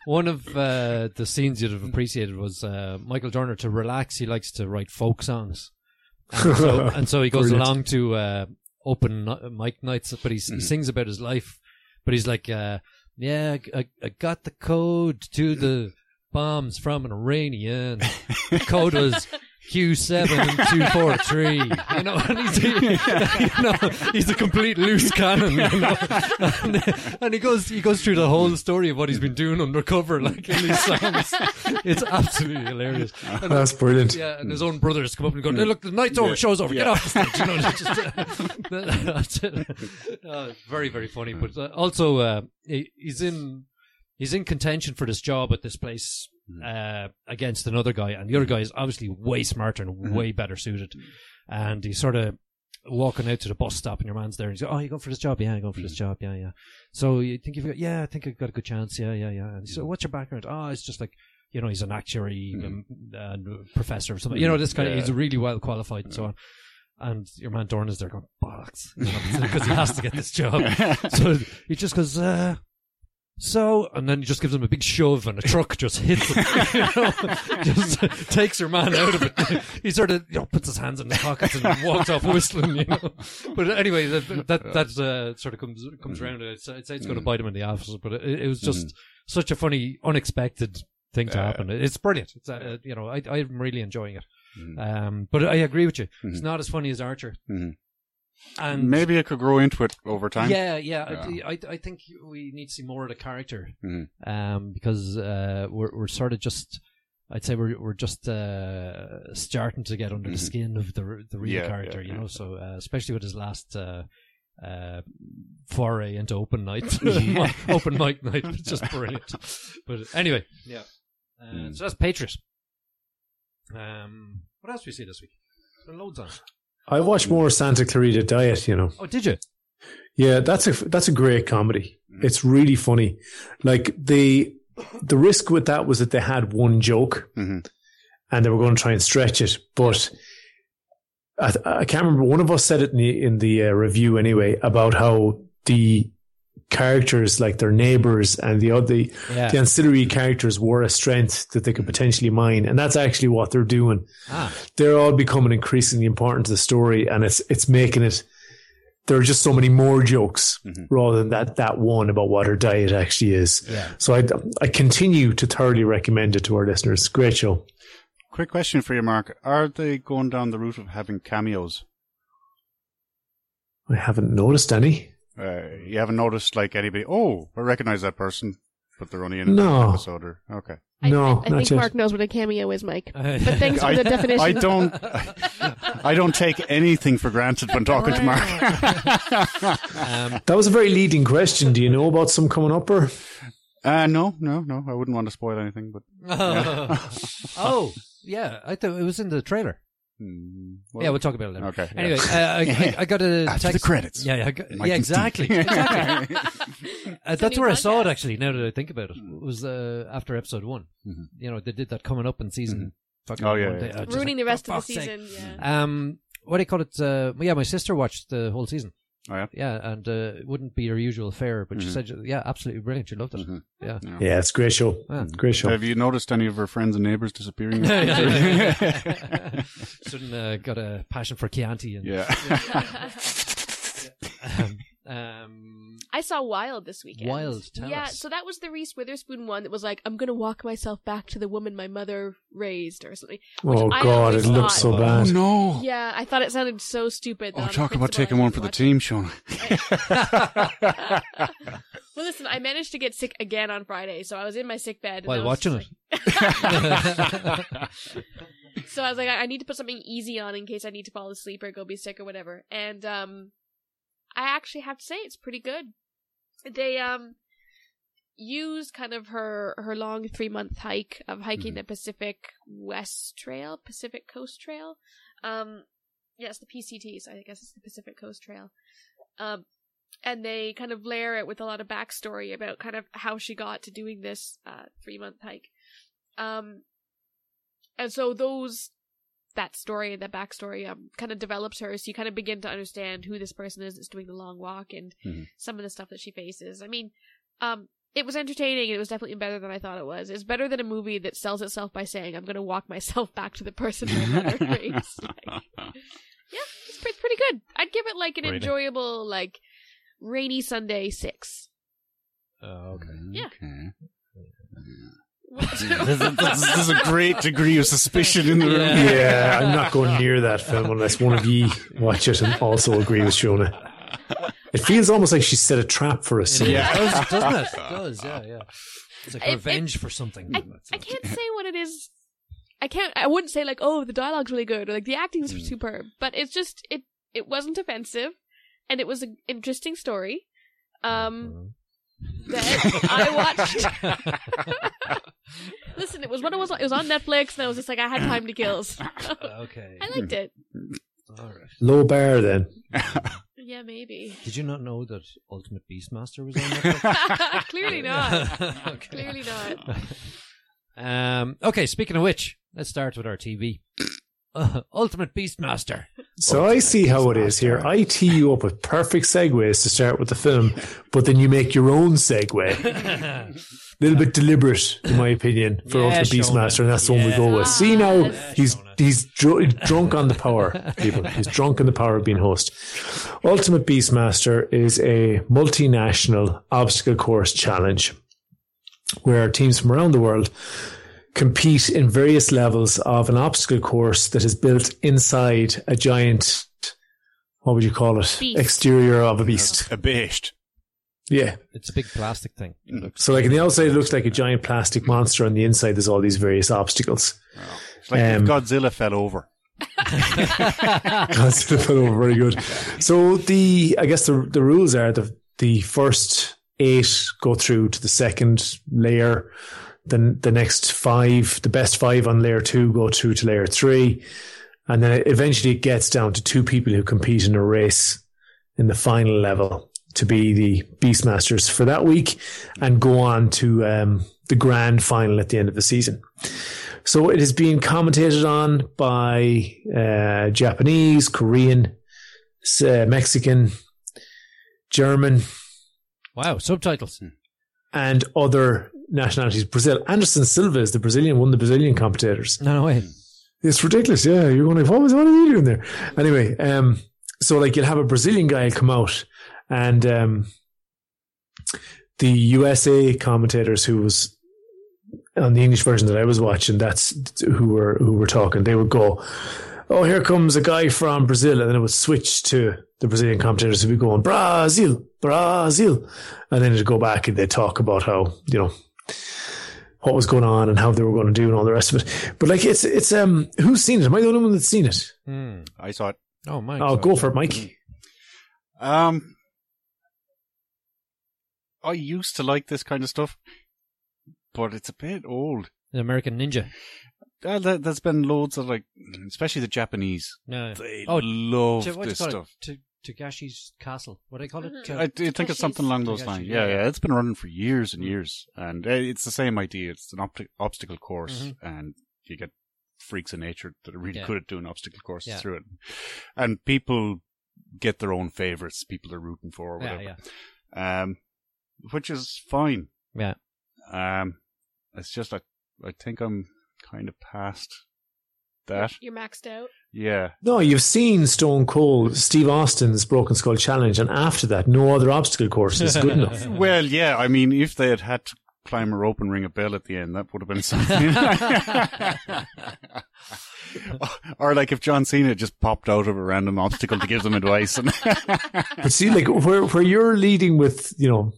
one of uh, the scenes you'd have appreciated was uh, Michael Dorner to relax. He likes to write folk songs, and so, and so he goes
Brilliant.
along to uh, open ni- mic nights, but he, s
Mhm.
he sings about his life. But he's like, uh, Yeah, I, I- I got the code to the bombs from an Iranian. The code was Q7243. You know, and he's, you know, he's a complete loose cannon. You know? and, and he goes he goes through the whole story of what he's been doing undercover, like in these songs. It's absolutely hilarious. And
That's brilliant.
yeah, and his own brothers come up and go, "No, "Look, the night's over,
Hmm. Yeah.
show's over, get
Yeah.
off the stage." You know, it's just, uh, that's it. Uh, very, very funny. But uh, also, uh, he, he's in he's in contention for this job at this place
Hmm.
uh, against another guy, and the other guy is obviously way smarter and
Hmm.
way better suited. And he's sort of walking out to the bus stop, and your man's there, and he's like, "Oh, you going for this job? Yeah, I'm going for
Hmm.
this job. Yeah, yeah." So you think you've got? Yeah, I think I've got a good chance. Yeah, yeah, yeah. And so,
Hmm.
what's your background? Oh, it's just like you know, he's an actuary um, and professor or something. You know, this kind of, he's really well qualified and so on. And your man Dorn is there going, bollocks, because he has to get this job. so he just goes, uh, so, and then he just gives him a big shove and a truck just hits him, you know, just takes your man out of it. He sort of, you know, puts his hands in his pockets and walks off whistling, you know. But anyway, that, that, that uh, sort of comes, comes around. I'd say I'd say it's going to bite him in the ass, but it, it was just such a funny, unexpected thing to happen. It's brilliant. It's, uh, you know, I, I'm really enjoying it. Um, but I agree with you. It's not as funny as Archer.
Mhm.
And
Maybe I could grow into it over time.
yeah, yeah. I, I, I think we need to see more of the character
Mhm.
um, because uh, we're, we're sort of just, I'd say we're, we're just uh, starting to get under the
Mhm.
skin of the, r- the real
Yeah,
character,
yeah,
you
yeah.
know. So uh, especially with his last uh, uh, foray into open night, open mic night, it's just brilliant. But anyway, yeah. Uh,
Mm.
So that's Patriot. Um, what else we see this week? There's Loads on.
I watch more Santa Clarita Diet, you know.
Oh, did you?
Yeah, that's a that's a great comedy. It's really funny. Like the the risk with that was that they had one joke,
Mhm.
and they were going to try and stretch it. But I, I can't remember. One of us said it in the in the uh, review anyway about how the characters, like their neighbors and the other
Yeah.
the ancillary characters, were a strength that they could potentially mine, and that's actually what they're doing
Ah,
they're all becoming increasingly important to the story, and it's it's making it. There are just so many more jokes rather than that that one about what her diet actually is.
Yeah.
So I I continue to thoroughly recommend it to our listeners. Great show.
Quick question for you, Mark. Are they going down the route of having cameos?
I haven't noticed any.
Uh, you haven't noticed like anybody? Oh, I recognize that person, but they're only in
No.
an episode. Or, okay,
I,
No,
I,
not
I think
yet.
Mark knows what a cameo is, Mike. But thanks for
I-
the definition.
I don't. I don't take anything for granted when talking to Mark.
um,
That was a very leading question. Do you know about some coming up or?
Uh, no, no, no. I wouldn't want to spoil anything, but
oh, yeah. I thought it was in the trailer.
mm,
yeah, we'll talk about it later.
Okay, yeah.
Anyway, uh, I, I, I got a
After
text.
the credits.
Yeah, yeah, I got-
Mike
yeah
and
exactly.
Steve.
exactly. Uh, that's
new
where I saw it
podcast.
actually. Now that I think about it, it was uh, after episode one. You know, they did that coming up in season. fucking
Mm-hmm. Oh, yeah,
one
yeah.
day. I was just
Ruining
like,
the rest
for
of the
fuck's sake.
season. Yeah.
Um, what do you call it? Uh, yeah, my sister watched the whole season.
Oh, yeah? Mm-hmm.
yeah, and uh, it wouldn't be her usual fare, but she said, "Yeah, absolutely brilliant. She loved it." Yeah.
Yeah, it's a great show.
Yeah.
Great show.
Have you noticed any of her friends and neighbors disappearing?
Sudden uh, got a passion for Chianti and
yeah.
um, um,
I saw Wild this weekend.
Wild. Tell
yeah,
us.
so that was the Reese Witherspoon one that was like, I'm gonna walk myself back to the woman my mother raised or something. which
oh
I
God,
always
it
thought-
looks so
Oh
bad.
no.
Yeah, I thought it sounded so stupid. that
Oh,
on
talk about taking
principle I
one
didn't
for the
watch it.
team, Sean.
Well, listen, I managed to get sick again on Friday, so I was in my sick bed and I
while
was
watching
just
it.
like- so I was like, I I need to put something easy on in case I need to fall asleep or go be sick or whatever. And um, I actually have to say it's pretty good. They um used kind of her her long three month hike of hiking the Pacific West Trail, Pacific Coast Trail. Um, yes, the PCTs. I guess it's the Pacific Coast Trail. Um, and they kind of layer it with a lot of backstory about kind of how she got to doing this uh, three month hike. Um, and so those that story and that backstory um, kind of develops her, so you kind of begin to understand who this person is that's doing the long walk and
Mhm.
some of the stuff that she faces. I mean, um, it was entertaining. and It was definitely better than I thought it was. It's better than a movie that sells itself by saying, "I'm going to walk myself back to the person my mother raised." Like, yeah, it's pre- it's pretty good. I'd give it like an
Rating.
enjoyable, like rainy Sunday six.
Oh, okay.
Yeah.
Okay.
What?
there's, a, there's- there's a great degree of suspicion in the room.
Yeah.
Yeah, I'm not going near that film unless one of ye watch it and also agree with Shona. It feels almost like she set a trap for us.
It
somehow.
Yeah.
does, doesn't it? It does, yeah, yeah. It's like
It- it-
revenge for something.
I can't say what it is. I can't. I wouldn't say like, oh, the dialogue's really good or like the acting's superb. But it's just it. It wasn't offensive, and it was an interesting story. Um, that I watched.
Uh-huh.
Listen, it was what it was. It was on Netflix, and I was just like, I had time to kill. so I
Uh, okay.
liked it.
All right.
Low bar then.
Yeah, maybe.
Did you not know that Ultimate Beastmaster was on Netflix?
Clearly not.
okay.
Clearly not.
Um, okay, speaking of which, let's start with our TV. Ultimate Beastmaster.
So I see how it is here. I tee you up with perfect segues to start with the film, but then you make your own segue. A little bit deliberate, in my opinion, for
Yeah,
Ultimate
Shona.
Beastmaster, and that's the one we go with. See now,
Yes.
he's
Shona.
he's dr- drunk on the power, people. He's drunk on the power of being host. Ultimate Beastmaster is a multinational obstacle course challenge where teams from around the world compete in various levels of an obstacle course that is built inside a giant, what would you call it?
Beast.
Exterior of a beast.
A based.
Yeah.
it's a big plastic thing.
So, like on the outside, it looks like a giant plastic monster. On the inside, there's all these various obstacles.
It's like if
Um,
Godzilla fell over.
That's very good. So the, I guess the the rules are the the first eight go through to the second layer. Then the next five, the best five on layer two, go through to layer three, and then eventually it gets down to two people who compete in a race in the final level to be the Beastmasters for that week, and go on to um, the grand final at the end of the season. So it is being commentated on by uh, Japanese, Korean, s- uh, Mexican, German,
Wow,
Hmm.
subtitles.
and other nationalities. Brazil. Anderson Silva is the Brazilian, one of the Brazilian commentators.
No, no, wait.
It's ridiculous. Yeah, you're going like, what was what are you doing there? Anyway, um, so like you'll have a Brazilian guy come out, and um, the USA commentators who was on the English version that I was watching, that's who were who were talking. They would go, "Oh, here comes a guy from Brazil," and then it would switch to the Brazilian commentators who'd be going, "Brazil, Brazil," and then it'd go back and they'd talk about how you know what was going on and how they were going to do and all the rest of it. But like, it's it's um, who's seen it? Am I the only one that's seen it?
Hmm.
I saw it.
Oh, my.
Oh, go for it, Mike.
Um, I used to like this kind of stuff, but it's a bit old.
The American Ninja.
Uh, there- There's been loads of like, especially the Japanese.
No.
They
Oh,
love
to- what do you
this
call it?
stuff.
To Togashi's Castle. What do they call it?
I do think it's something along those
Togashi's,
lines.
yeah.
Yeah, yeah, it's been running for years and years, and uh, it's the same idea. It's an opti- obstacle course,
Mhm.
and you get freaks of nature that are really
Yeah.
good at doing obstacle courses
Yeah.
through it, and people get their own favorites, people they're rooting for, or
yeah,
whatever.
yeah.
Um, which is fine.
Yeah.
Um, it's just I, I think I'm kind of past that.
You're maxed out.
Yeah.
No, you've seen Stone Cold, Steve Austin's Broken Skull Challenge, and after that, no other obstacle course is good enough.
Well, yeah. I mean, if they had had to climb a rope and ring a bell at the end, that would have been something. or like if John Cena just popped out of a random obstacle to give them advice. And
But see, like where where you're leading with, you know,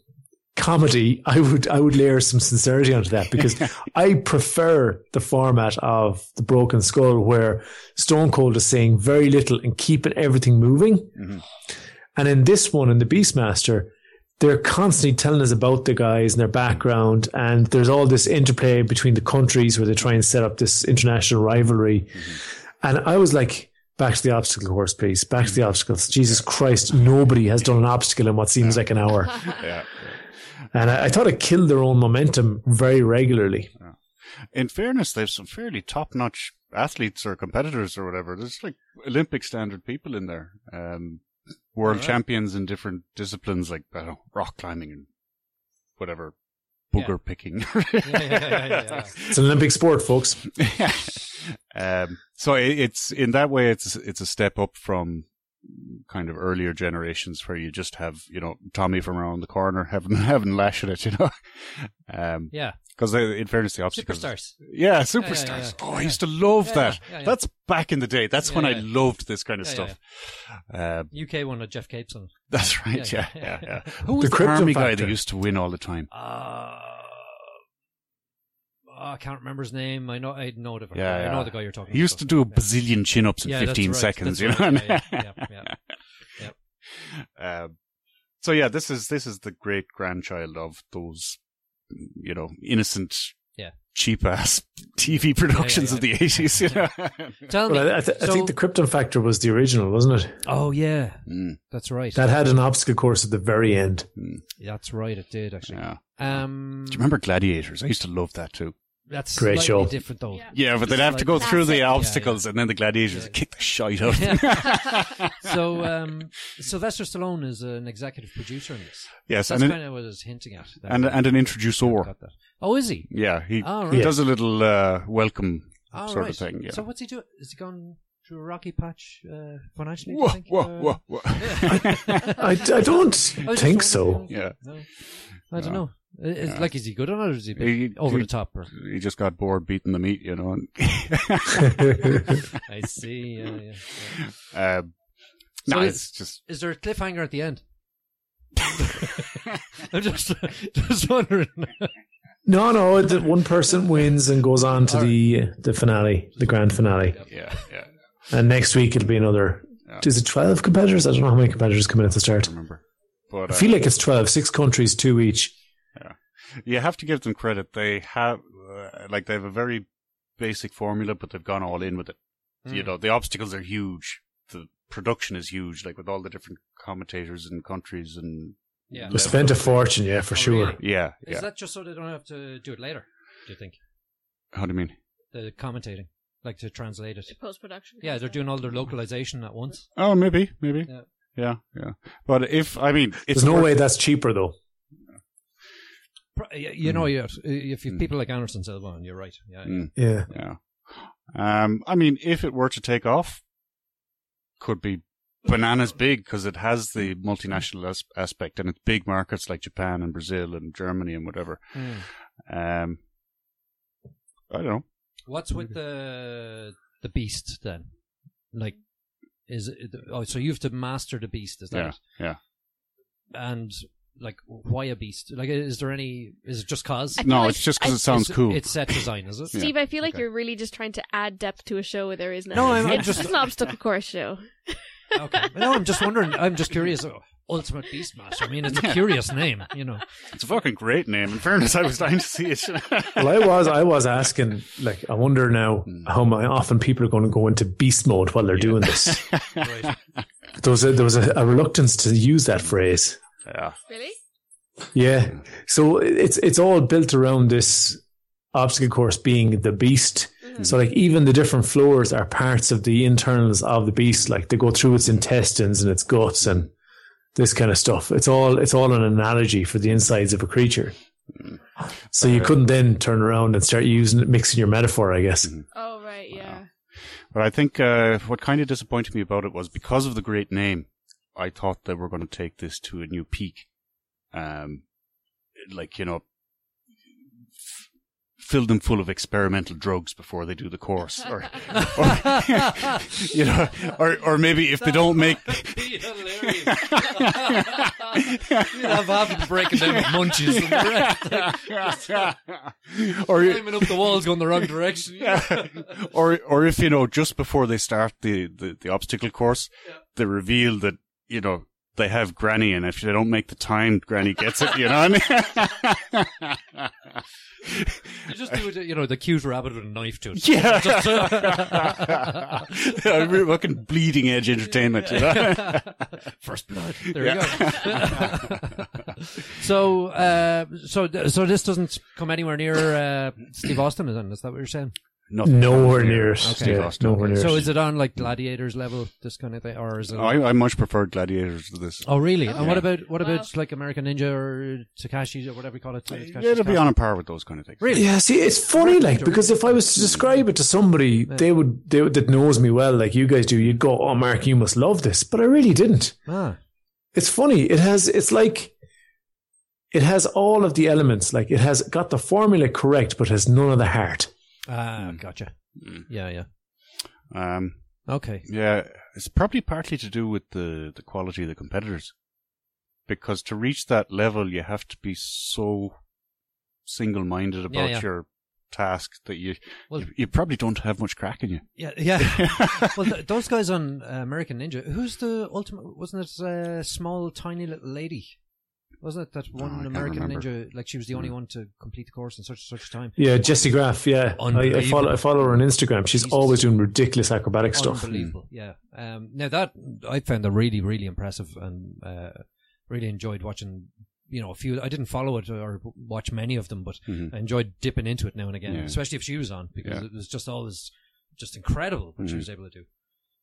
comedy, I would I would layer some sincerity onto that because I prefer the format of the Broken Skull, where Stone Cold is saying very little and keeping everything moving.
Mhm.
And in this one, in the Beastmaster. They're constantly telling us about the guys and their background, and there's all this interplay between the countries where they try and set up this international rivalry. And I was like, back to the obstacle course, please. Back to the obstacles. Jesus Christ, nobody has done an obstacle in what seems like an hour.
yeah.
And I, I thought it killed their own momentum very regularly.
In fairness, they have some fairly top-notch athletes or competitors or whatever. There's like Olympic standard people in there. Um, world
Alright.
champions in different disciplines like I don't know, rock climbing and whatever, booger picking.
yeah,
It's an Olympic sport, folks.
um, so i- it's in that way, it's it's a step up from kind of earlier generations where you just have you know Tommy from around the corner having having lash at it, you know, um,
Yeah,
because in fairness the obstacles.
superstars.
Yeah,
yeah,
superstars.
yeah.
Oh, I
Yeah.
used to love
Yeah,
that.
yeah, yeah, yeah.
That's back in the day. That's
Yeah,
when I
yeah.
loved this kind of
Yeah, yeah,
stuff. Uh,
UK one with Jeff Capes on. it.
that's right.
Yeah,
Yeah,
yeah,
yeah,
yeah.
yeah. Who was
The
the,
Krypton
army guy
Factor.
that used to win all the time?
Uh, oh, I can't remember his name. I know. I know the.
Yeah,
I know
yeah.
the guy you're talking.
He
about,
used to
though.
do a
Yeah.
bazillion chin ups in
Yeah, that's
15
right,
seconds,
that's
you know?
right, yeah, yeah, yeah, yeah.
Um, so, yeah, this is this is the great grandchild of those, you know, innocent,
Yeah.
cheap ass TV productions of the 80s, you know?
Tell me.
Well, I, I, th-
so-
I think the Krypton Factor was the original, wasn't it?
oh yeah,
Mm,
that's right.
That had an obstacle course at the very end.
that's right. It did actually.
yeah.
Um,
Do you remember Gladiators? I used to love that too.
That's
Great
slightly
show.
different though.
Yeah.
Yeah, but they'd
It's
have to
like
go through
classic.
the
Yeah,
obstacles and then the gladiators
Yeah.
would kick the shite out of them.
so um, Sylvester Stallone is an executive producer in this.
Yes,
That's
and an,
kind of what I was hinting at. that-
and, and an
I
introducer.
got that. Oh, is he?
Yeah, he,
All right.
he does a little uh, welcome
All
sort
right.
of thing. Yeah.
So what's he doing? Is he gone through a rocky patch uh, financially? do you
whoa,
think?
whoa,
Uh, oh,
whoa, whoa.
I, I don't
I was just
think
wondering.
so.
Yeah.
No. I don't
No.
know. Is, Like, is he good on it, or is he a bit
He-
over
he-
the top? Or?
he just got bored beating the meat, you know. And
I see. Yeah, yeah, yeah.
uh,
So
no,
it-
it's just
Is there a cliffhanger at the end? I'm just just wondering.
no, no. The one person wins and goes on to the the finale, the grand finale.
yeah, yeah.
And next week it'll be another.
Yeah.
Is it twelve competitors? I don't know how many competitors come in at the
I
start.
don't remember, but uh,
I feel like it's 12, six countries, two each.
you have to give them credit. They have uh, like they have a very basic formula, but they've gone all in with it.
Hmm.
You know, the obstacles are huge. The production is huge, like with all the different commentators and countries and
Yeah.
They spent a fortune, yeah,
Oh,
for sure.
really?
yeah,
Is
yeah.
that just so they don't have to do it later? Do you think
How do you mean?
the commentating, like to translate it?
Post production.
Yeah, they're doing all their localization at once.
Oh, maybe, maybe.
Yeah.
Yeah, yeah. But if I mean, it's
There's no
worth-
way that's cheaper, though.
Pro- y- You know, yes, if you people like Anderson Silva, on, you're right. Yeah,
Mm.
Yeah.
Yeah. Um, I mean, if it were to take off, could be bananas big because it has the multinational as- aspect and it's big markets like Japan and Brazil and Germany and whatever.
Mm.
Um, I don't know.
What's with the the beast then? Like, is it, oh, so you have to master the beast, is that?
Yeah,
it?
yeah.
And like, why a beast? Like, is there any? Is it just cause?
I feel
No,
like
it's just because
I-
it sounds
It's-
cool.
It's set design, is it?
Steve, I feel like
Okay.
you're really just trying to add depth to a show where there is none.
No, I'm- I'm
it's
just-
an obstacle course show.
okay. No, I'm just wondering. I'm just curious. uh, Ultimate Beastmaster. I mean, it's a curious name, you know.
It's a fucking great name. In fairness, I was dying to see it.
Well, I was, I was asking, like, I wonder now how my, often people are going to go into beast mode while they're doing this.
Right.
There was, a, there was a, a reluctance to use that phrase.
yeah.
Really?
Yeah. So it's it's all built around this obstacle course being the beast. So like even the different floors are parts of the internals of the beast. Like they go through its intestines and its guts and this kind of stuff. It's all it's all an analogy for the insides of a creature. So you couldn't then turn around and start using it, mixing your metaphor, I guess.
Oh right, yeah.
But I think uh, what kind of disappointed me about it was because of the great name, I thought they were going to take this to a new peak. Um, like, you know, f- fill them full of experimental drugs before they do the course. Or, or you know, or, or maybe if they don't make.
Be hilarious. You'd have half breaking down with munchies and the rest
or,
climbing up the walls going the wrong direction.
or or if you know just before they start the the, the obstacle course they reveal that you know they have granny and if they don't make the time granny gets it you know what i mean
You just do it, you know, the cute rabbit with a knife to it.
yeah Yeah, we're fucking bleeding edge entertainment you know
First blood. There you go. so, uh, so, so this doesn't come anywhere near uh, Steve Austin, then? Is that what you're saying?
Nothing
Nowhere near it.
Okay.
Yeah, nowhere near
So
it.
is it on like gladiators level, this kind of thing, or is it?
Oh, I, I much prefer gladiators to this.
oh, really? And what
Yeah.
about what
Wow.
about like American Ninja or Takashi or whatever you call it? Takashi's
It'll be
Castle?
on a par with those kind of things.
Really?
Yeah, see, it's funny, like because if I was to describe it to somebody, they would they would- that knows me well, like you guys do, you'd go, "Oh, Mark, you must love this," but I really didn't.
Ah,
It's funny. It has. It's like it has all of the elements. Like it has got the formula correct, but has none of the heart.
ah, gotcha.
Mm.
Yeah, yeah.
Um,
Okay.
yeah, it's probably partly to do with the, the quality of the competitors. Because to reach that level, you have to be so single minded about
yeah.
your task that you,
Well-
you you probably don't have much crack in you.
Yeah, yeah. well, th- those guys on uh, American Ninja. Who's the ultimate? Wasn't it uh, small, tiny little lady? Wasn't it that
I
one
can't
American
remember. Hmm.
Ninja? Like she was the only one to complete the course in such and such time.
Yeah, Jessie Graff. Yeah, I, I follow. I follow her on Instagram. She's
Jesus.
always doing ridiculous acrobatic stuff.
Unbelievable. Yeah. Um, now that I found that really, really impressive, and uh, really enjoyed watching. You know, a few. I didn't follow it or watch many of them, but
Mhm.
Mm-hmm.
I enjoyed dipping into it now and again,
Yeah.
especially if she was on, because
Yeah.
it was just always just incredible what she
Mm-hmm.
Mhm.
was able to do.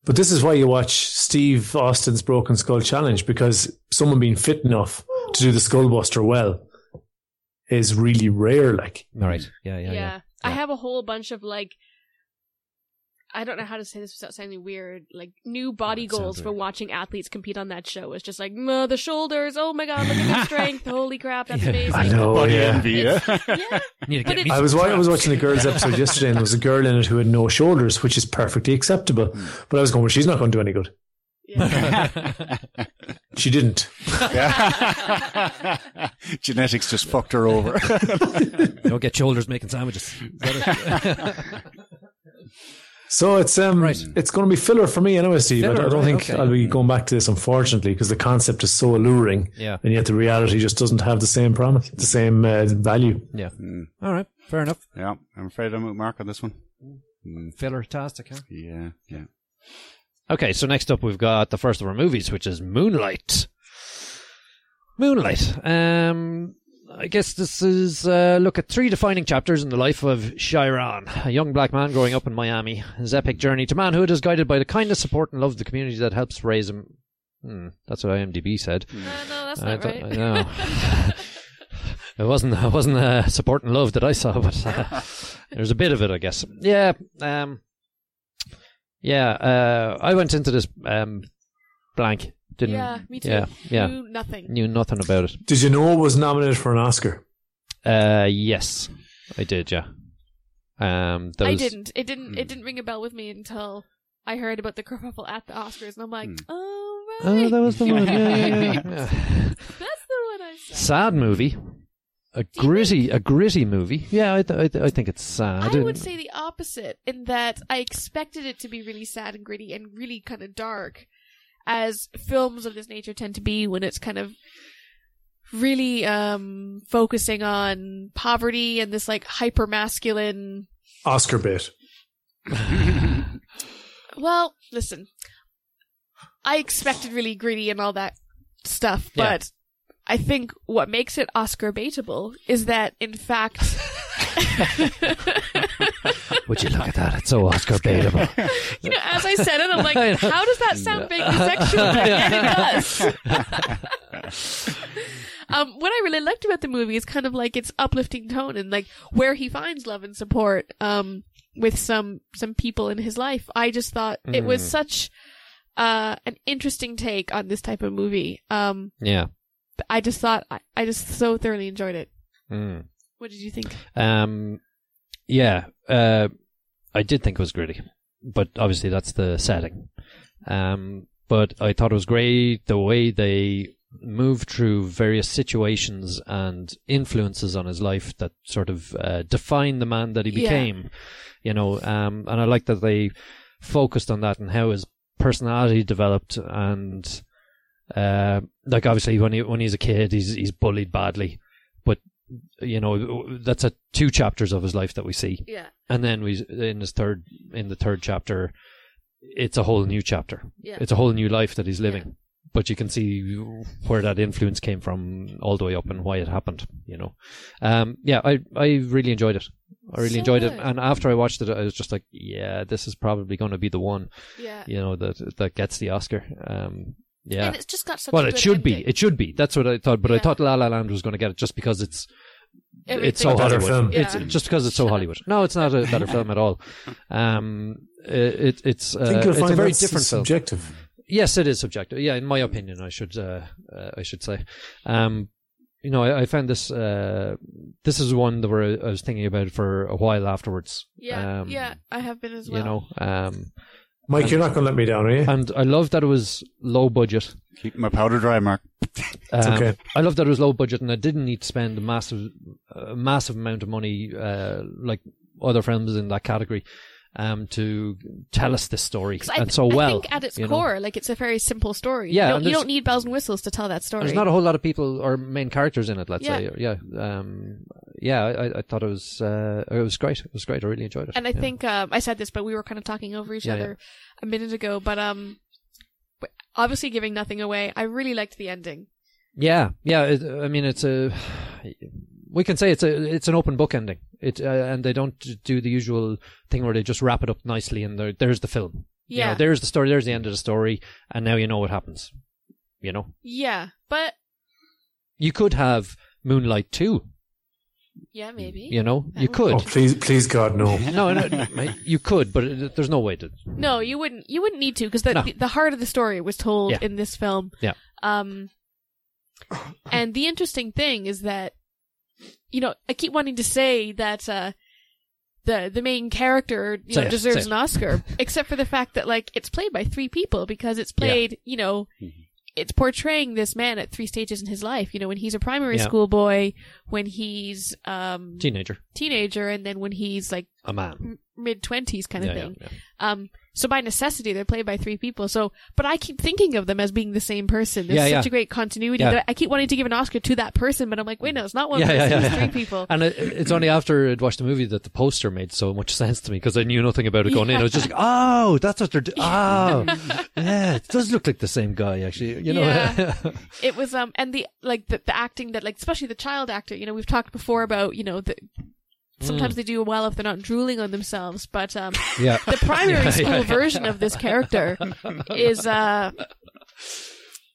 But this is why you watch Steve Austin's Broken Skull Challenge because someone being fit enough to do the skull buster well is really rare. Like,
All right.
Mm-hmm.
Yeah. Yeah.
Yeah.
Yeah.
I
Yeah.
have a whole bunch of like I don't know how to say this without sounding weird. Like new
Oh,
body
it sounds
goals for
weird.
watching athletes compete on that show. It's just like "Mwah, the shoulders. Oh my god, look at the strength! Holy crap, that's
Yeah.
amazing!
I know,
Body
Oh, yeah.
envy, yeah.
Yeah,
Need to
But
get
it-
me
I
some
was wa- I was
traps.
watching the girls episode yesterday and there was a girl in it who had no shoulders, which is perfectly acceptable. But I was going, well, she's not going to do any good.
yeah. Uh,
She didn't.
Yeah. Genetics just fucked her over.
Don't get shoulders making sandwiches. Is that it?
So it's um,
Right.
it's going to be filler for me anyway, Steve. I don't, I
Filler,
don't
right,
think
okay.
I'll be going back to this unfortunately because the concept is so alluring,
yeah.
and yet the reality just doesn't have the same promise, the same uh, value.
Yeah.
Mm.
All right. Fair enough.
yeah, I'm afraid I'm at Mark on this one. Mm,
Filler tastic, huh?
yeah, yeah.
Okay, so next up we've got the first of our movies, which is Moonlight. Moonlight. Um, I guess this is uh, look at three defining chapters in the life of Chiron, a young black man growing up in Miami. His epic journey to manhood is guided by the kindness, support, and love of the community that helps raise him. Hmm, that's what IMDb said.
No, no, that's
I
not
don't-
right.
I It wasn't. It wasn't uh, support and love that I saw, but uh, there's a bit of it, I guess. Yeah. Um, yeah. Uh, I went into this um, blank. Didn't.
Yeah, me too.
Yeah. Yeah.
Knew nothing.
Knew nothing about it.
Did you know it was nominated for an Oscar?
Uh, yes, I did. Yeah. Um, that
I
was-
didn't. It didn't. It didn't ring a bell with me until I heard about the kerfuffle at the Oscars, and I'm like, oh right,
Oh, that was the one. Yeah, yeah, yeah. yeah.
that's the one I saw.
sad movie. A gritty, a gritty movie. Yeah, I, th- I, th- I think it's sad.
I, would
and-
say the opposite in that I expected it to be really sad and gritty and really kind of dark, as films of this nature tend to be when it's kind of really um, focusing on poverty and this like hyper masculine.
Oscar bit.
Well, listen, I expected really gritty and all that stuff,
Yeah.
but I think what makes it Oscar baitable is that, in fact.
Would you look at that? It's so Oscar baitable.
You know, as I said it, I'm like,
I know.
how does that sound vaguely sexual? And yet it does. um, what I really liked about the movie is kind of like its uplifting tone and like where he finds love and support um, with some some people in his life. I just thought it
Mm.
was such uh, an interesting take on this type of movie. Um,
Yeah.
I just thought I, I just so thoroughly enjoyed it.
Mm.
What did you think?
Um, yeah, uh, I did think it was gritty, but obviously that's the setting. Um, but I thought it was great the way they moved through various situations and influences on his life that sort of uh, define the man that he
Yeah.
became. You know, um, and I like that they focused on that and how his personality developed and. Uh, like obviously when he when he's a kid he's he's bullied badly, but you know that's a two chapters of his life that we see
Yeah,
and then we in his third in the third chapter it's a whole new chapter
yeah,
it's a whole new life that he's living but you can see where that influence came from all the way up and why it happened. You know, um, yeah, I I really enjoyed it. I really
So
enjoyed it,
good.
and after I watched it, I was just like, yeah, this is probably going to be the one.
Yeah.
You know that that gets the Oscar. Um, yeah,
And it's just got such.
well,
a
it
good
should be.
ending.
It should be. That's what I thought. But I
Yeah.
thought La La Land was going to get it just because it's it's so
Everything-
Better
Hollywood.
film.
It's
Yeah.
just because it's so
Shut up.
Hollywood. No, it's not a better film at all. Um, it, it's uh,
I think you'll
it's
find
a very
that's
different film.
subjective.
Yes, it is subjective. Yeah, in my opinion, I should uh, uh, I should say. Um, you know, I, I found this uh, this is one that where I, I was thinking about for a while afterwards.
Yeah,
Um,
yeah, I have been as well.
You know, um,
Mike, you're not going to let me down, are you?
and I love that it was low budget.
Keep my powder dry, Mark.
Um,
okay.
I love that it was low budget and I didn't need to spend a massive, a massive amount of money uh, like other films in that category um, to tell us this story
'Cause I,
and so well.
I think at its
you know.
core, like it's a very simple story.
Yeah, and
you don't, you
there's-
don't need bells and whistles to tell that story.
There's not a whole lot of people or main characters in it. Let's
Yeah.
say, yeah, um, yeah. I, I- I thought it was uh, it was great. It was great. I really enjoyed it.
and I
yeah.
think um, I said this, but we were kind of talking over each
Yeah,
other a minute ago. But um, w- obviously giving nothing away, I really liked the ending.
Yeah, yeah. It, I mean, it's a. We can say it's a it's an open book ending. It uh, and they don't do the usual thing where they just wrap it up nicely and there, there's the film. You know,
Yeah,
there's the story. There's the end of the story, and now you know what happens. You know,
yeah, but
you could have Moonlight two.
yeah, maybe.
You know, you could.
Oh, please, please, God, no.
No, no, no, you could, but it, there's no way to.
No, you wouldn't. You wouldn't need to because the,
No.
the the heart of the story was told
Yeah.
in this film.
Yeah.
Um. And the interesting thing is that, you know, I keep wanting to say that uh, the the main character you
Say
know,
it, say it.
deserves an Oscar, except for the fact that like it's played by three people because it's played, you know.
Mm-hmm.
It's portraying this man at three stages in his life. You know, when he's a primary
Yeah.
school boy, when he's um
Teenager,
teenager, and then when he's like
a man,
mid twenties kind of
Yeah, yeah,
thing.
yeah.
Um, so by necessity, they're played by three people. So, but I keep thinking of them as being the same person. There's
Yeah,
such
yeah.
a great continuity
Yeah.
that I keep wanting to give an Oscar to that person, but I'm like, wait, no, it's not one
Yeah,
person.
yeah, yeah,
it's
yeah.
three people.
And it, it's only after I'd watched the movie that the poster made so much sense to me because I knew nothing about it going in. I was just like, oh, that's what they're doing. Oh, yeah, it does look like the same guy, actually. You know?
Yeah. It was, um, and the like the, the acting that, like, especially the child actor. You know, we've talked before about you know the.
Mm.
Sometimes they do well if they're not drooling on themselves, but um,
yeah.
the primary
Yeah,
school
yeah, yeah.
version of this character is uh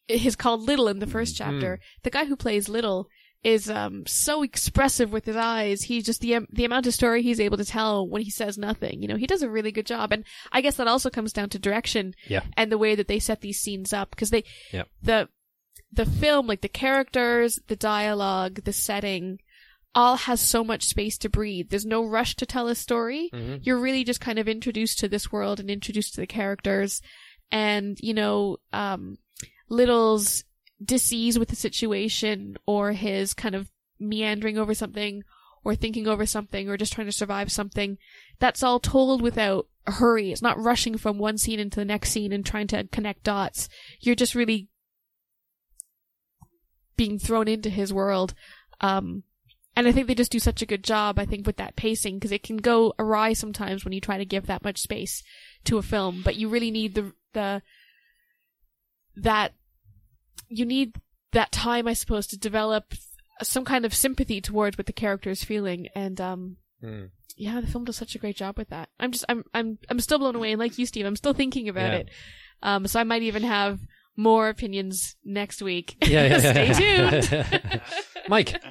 he's called little in the first
Hmm.
chapter the guy who plays little is um so expressive with his eyes he just the am- the amount of story he's able to tell when he says nothing you know he does a really good job and i guess that also comes down to direction
Yeah.
and the way that they set these scenes up because they
Yeah.
the the film like the characters the dialogue the setting all has so much space to breathe there's no rush to tell a story
Mhm.
you're really just kind of introduced to this world and introduced to the characters and you know um little's disease with the situation or his kind of meandering over something or thinking over something or just trying to survive something that's all told without a hurry it's not rushing from one scene into the next scene and trying to connect dots you're just really being thrown into his world um and I think they just do such a good job, I think, with that pacing, because it can go awry sometimes when you try to give that much space to a film, but you really need the, the, that, you need that time, I suppose, to develop some kind of sympathy towards what the character is feeling, and, um,
Mm.
yeah, the film does such a great job with that. I'm just, I'm, I'm, I'm still blown away, and like you, Steve, I'm still thinking about
Yeah.
it. Um, so I might even have more opinions next week.
Yeah, yeah,
Stay
yeah.
tuned.
Mike,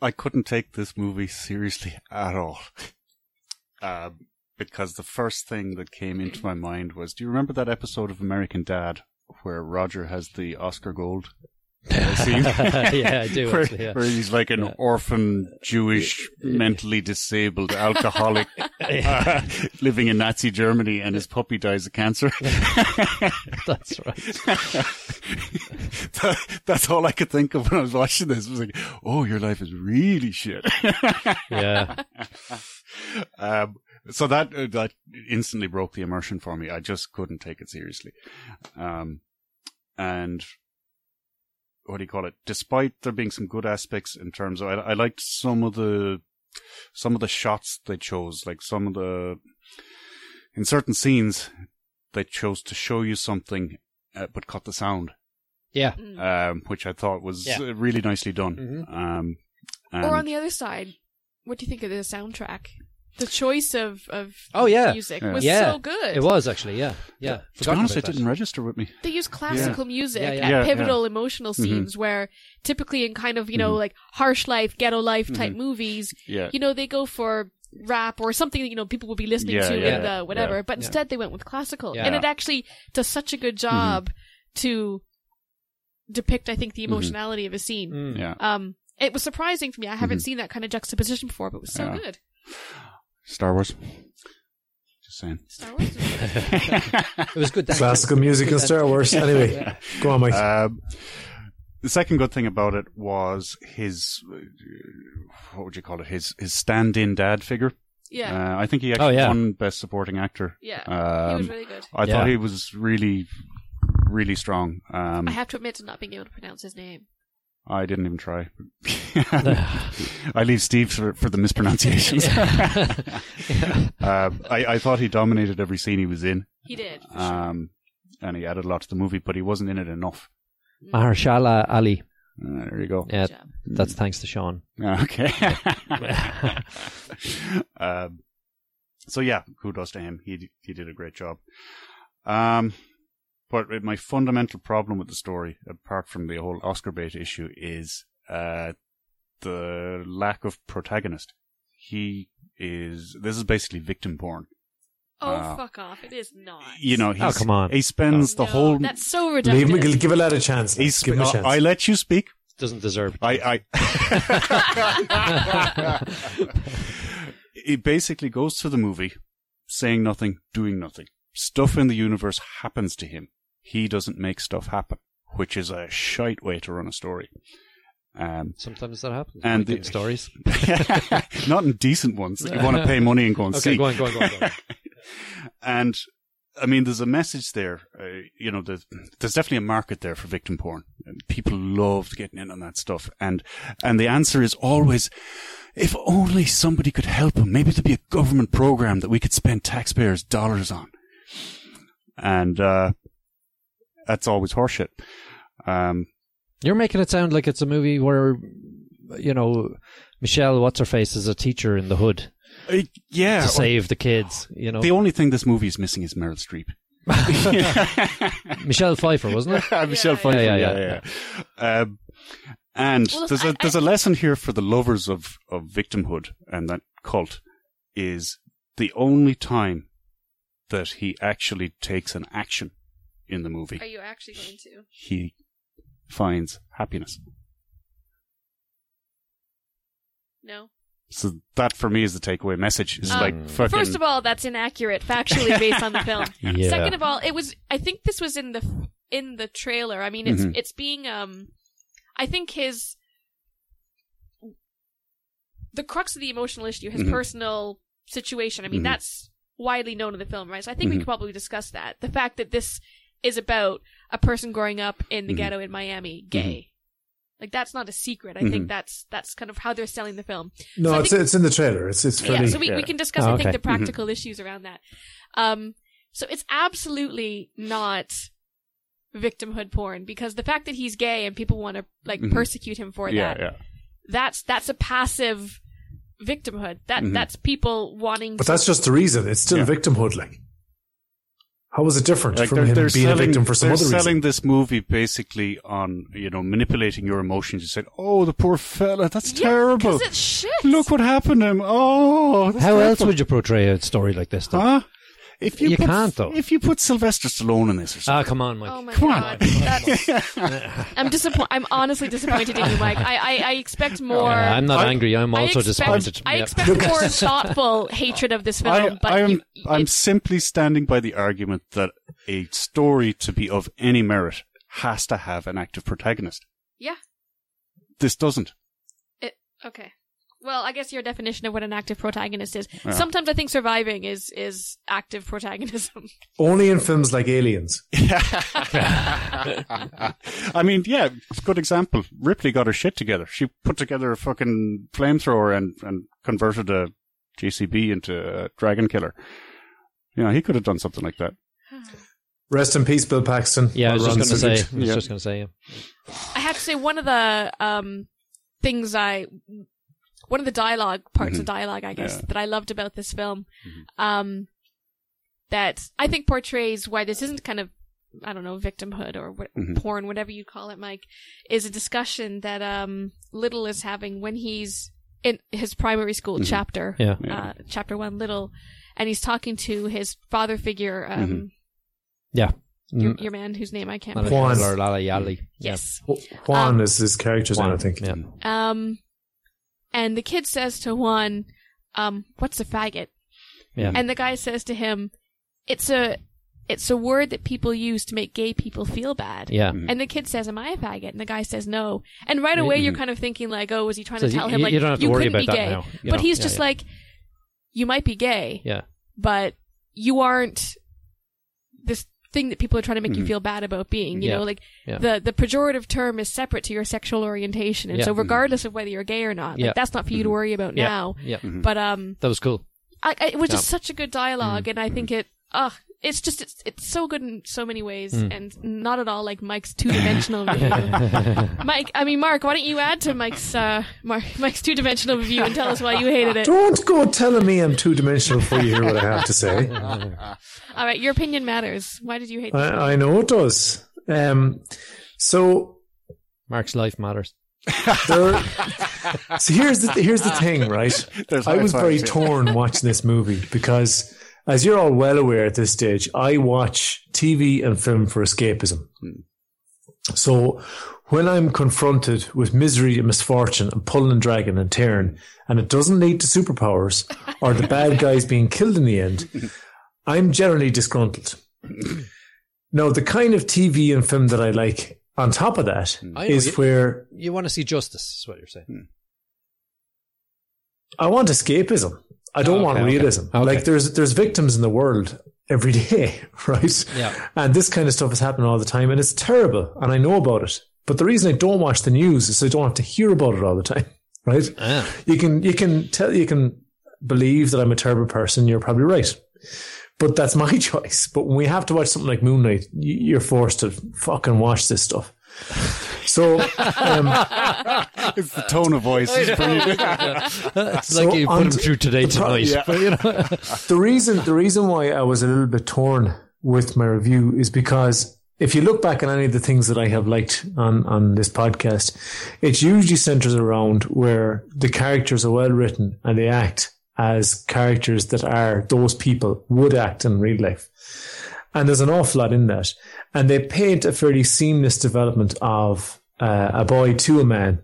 I couldn't take this movie seriously at all. Uh, because the first thing that came into my mind was do you remember that episode of American Dad where Roger has the Oscar Gold? scene?
Yeah, I do,
where,
actually, yeah.
where he's like an
Yeah.
orphan, Jewish, mentally disabled alcoholic uh, living in Nazi Germany and his puppy dies of cancer.
that's right.
That- that's all I could think of when I was watching this. It was like, oh, your life is really shit.
Yeah,
um, so that uh, that instantly broke the immersion for me. I just couldn't take it seriously. Um, and what do you call it? Despite there being some good aspects in terms of, I, I liked some of the some of the shots they chose, like some of the in certain scenes they chose to show you something, uh, but cut the sound,
Yeah.
Hmm.
um, which I thought was
Yeah.
uh really nicely done.
Mhm.
Um, and
Or on the other side, what do you think of the soundtrack? The choice of of
Oh, yeah.
music
Yeah.
was
Yeah,
so good.
It was actually, yeah, yeah.
to be honest, it didn't register with me.
They use classical music
Yeah, yeah.
at
Yeah,
pivotal emotional
Mhm.
scenes where typically in kind of, you know,
Mhm.
like harsh life, ghetto life type movies,
Mm-hmm. Yeah,
you know, they go for rap or something that, you know, people would be listening
Yeah,
to
yeah,
and uh, whatever.
yeah.
But
Yeah.
instead they went with classical.
Yeah.
And it actually does such a good job
Mm-hmm.
to depict, I think, the
Mhm.
emotionality of a scene.
Mm.
yeah.
Um, it was surprising for me. I haven't seen that kind of juxtaposition before, but it was so
Mm-hmm. Yeah.
good.
Star Wars. Just saying.
Star Wars was good.
It was good. That
Classical music and Star Wars. Anyway, go on, Mike.
Um, the second good thing about it was his, uh, what would you call it? His his stand-in dad figure.
Yeah.
Uh, I think he
Oh,
actually
yeah.
won best supporting actor.
yeah. he was
Um,
really good.
I thought
Yeah.
he was really, really strong. Um,
I
I,
have to admit to not being able to pronounce his name.
didn't even try. I leave Steve for, for the mispronunciations. Um, I, I thought he dominated every scene he was in,
He did.
um, and he added a lot to the movie, but he wasn't in it enough.
Mahershala Ali.
Uh, there you go.
Yeah,
Good job.
that's thanks to Sean.
Ah, Okay. um, so yeah, kudos to him. He d- he did a great job. Um, but my fundamental problem with the story, apart from the whole Oscar bait issue, is uh, the lack of protagonist. He is. This is basically victim porn.
Oh,
uh,
fuck off. It is not.
You know.
Oh
He's,
come on!
He spends the
No,
whole.
That's so
Leave him,
ridiculous.
give a lad a chance.
He's
Oh. give him a chance.
I let you speak.
Doesn't deserve.
I, I it basically goes through the movie saying nothing, doing nothing. Stuff in the universe happens to him. He doesn't make stuff happen, which is a shite way to run a story. Um,
Sometimes that happens.
And
Like in
the-
stories.
not in decent ones that you want to pay money and go and
Okay,
see.
go on, go on, go on. Go on.
and I mean, there's a message there. Uh, you know, there's, there's definitely a market there for victim porn. People love getting in on that stuff, and and the answer is always, if only somebody could help him. Maybe there'd be a government program that we could spend taxpayers' dollars on. And uh, that's always horseshit. Um,
You're making it sound like it's a movie where, you know, Michelle what's her face is a teacher in the hood
it- yeah.
to save the kids. You know,
the only thing this movie is missing is Meryl Streep.
Michelle Pfeiffer, wasn't it?
Michelle
yeah,
Pfeiffer,
yeah,
yeah,
yeah,
yeah. yeah. Um, and
Well,
there's
I-
a
I-
there's a lesson here for the lovers of of victimhood and that cult is the only time that he actually takes an action in the movie
Are you actually going to?
he finds happiness.
No.
So that for me is the takeaway message. It's
Um,
Mm.
like fucking
First of all, that's inaccurate factually based on the film.
Yeah.
Second of all, it was. I think this was in the in the trailer. I mean, it's
Mhm.
it's being. Um, I think his the crux of the emotional issue, his
Mhm.
personal situation. I mean,
Mhm.
that's widely known in the film, right? So I think we
Mhm.
could probably discuss that. The fact that this is about a person growing up in the
Mhm.
ghetto in Miami, gay. Like that's not a secret. I think
Mhm.
that's that's kind of how they're selling the film.
no,
so I
it's,
think-
it's in the trailer. It's it's fairly.
Yeah, so we, we
Yeah.
can discuss,
Oh,
I think,
okay.
the practical issues around that. Um, so it's absolutely not victimhood porn because the fact that he's gay and people want to like
Mhm.
persecute him for
yeah,
that,
yeah.
that's that's a passive victimhood. That
Mhm.
that's people wanting
but
to
that's just the reason. It's still
Yeah.
victimhood. Like, how is it different
Like
from
they're,
him
they're
being
selling,
a victim for some
they're
other
selling
reason?
this movie basically on you know manipulating your emotions. You said, "Oh, the poor fella, that's
Yeah, 'cause
terrible.
It's shit.
Look what happened to him. Oh, that's
How else
terrible."
would you portray a story like this? Though?
Huh? If you,
You
put,
can't, though.
If you put Sylvester Stallone in this, or something,
Ah, come on, Mike.
Oh my
come on.
god. That's, I'm disappointed. I'm honestly disappointed in you, Mike. I, I, I expect more.
Yeah, I'm not
I-
angry. I'm
I
also
expect-
disappointed.
I
Yeah.
expect more thoughtful hatred of this film,
I,
but
I'm,
you,
I'm
it's-
simply standing by the argument that a story to be of any merit has to have an active protagonist.
yeah.
This doesn't.
Okay. Well, I guess your definition of what an active protagonist is.
Yeah.
Sometimes I think surviving is is active protagonism.
Only in films like Aliens.
I mean, yeah, good example. Ripley got her shit together. She put together a fucking flamethrower and, and converted a JCB into a dragon killer. You know, he could have done something like that.
Rest in peace, Bill Paxton.
Yeah, I was
Or
just
Ron
going to say.
Savage.
I was
Yeah.
just going to say. Yeah.
I have to say one of the um, things I, one of the dialogue parts of dialogue, I guess,
Mm-hmm. Yeah. Mm-hmm.
that I loved about this film, um, that I think portrays why this isn't kind of, I don't know, victimhood or what,
Mhm.
porn, whatever you call it, Mike, is a discussion that um, Little is having when he's in his primary school
Mhm.
chapter,
Yeah.
Yeah.
uh, chapter one, Little, and he's talking to his father figure, um,
Mm-hmm.
Yeah.
your,
Mm.
your man whose name I can't.
Not a
remember.
Juan.
Lala Yali. Yeah.
Yes.
Juan
Um,
is his character's name, I think. Mm.
Yeah.
Um, and the kid says to Juan, um, "What's a faggot?"
Yeah.
And the guy says to him, "It's a, it's a word that people use to make gay people feel bad."
Yeah.
Mm.
And the kid says, "Am I a faggot?" And the guy says, "No." And right away, you're kind of thinking like, "Oh, was he trying
Mm-hmm. So
to
you-
tell him
you-
like
you don't have to worry
couldn't
about
be
that
gay?"
now, you
but
know?
he's
Yeah,
just
yeah.
like, "You might be gay,
Yeah.
but you aren't this thing that people are trying to make you feel bad about being. You
Mm-hmm. Yeah.
know, like
Yeah.
the the pejorative term is separate to your sexual orientation, and
Yeah. Mm-hmm.
so regardless of whether you're gay or not,
Yeah. Mm-hmm.
like, that's not for you to worry about
Yeah.
now.
Yeah.
Mm-hmm.
But um,
That was cool.
I, I, it was just such a good dialogue,
Mm-hmm.
and I think it uh it's just it's, it's so good in so many ways,
Mm.
and not at all like Mike's two dimensional review. Mike, I mean Mark, why don't you add to Mike's uh Mark, Mike's two dimensional review and tell us why you hated it?
Don't go telling me I'm two dimensional before you hear what I have to say.
All right, your opinion matters. Why did you hate? it?
I, I know it does. Um, so
Mark's life matters.
there, so here's the here's the thing, right?
There's
I was
high
very
fives, yeah.
torn watching this movie because, as you're all well aware at this stage, I watch TV and film for escapism. So when I'm confronted with misery and misfortune and pulling and dragging and tearing, and it doesn't lead to superpowers or the bad guys being killed in the end, I'm generally disgruntled. Now, the kind of TV and film that I like on top of that is
I know you-
where
You want to see justice, is what you're saying.
I want escapism. I don't
Ah, Okay,
want
okay.
realism.
Okay.
Like there's there's victims in the world every day, right?
Yeah.
And this kind of stuff is happening all the time, and it's terrible, and I know about it. But the reason I don't watch the news is so I don't have to hear about it all the time, right?
Ah.
You can you can tell you can believe that I'm a terrible person. You're probably right, but that's my choice. But when we have to watch something like Moon Knight, y- you're forced to fucking watch this stuff. So. Um,
It's the tone of voice. It's brilliant.
it's
Ah, So
like you put
on
him
to-
through today
the pro-
tonight.
yeah.
But, you know,
the reason the reason why I was a little bit torn with my review is because if you look back on any of the things that I have liked on on this podcast, it usually centers around where the characters are well written and they act as characters that are those people would act in real life. And there's an awful lot in that. And they paint a fairly seamless development of uh, a boy to a man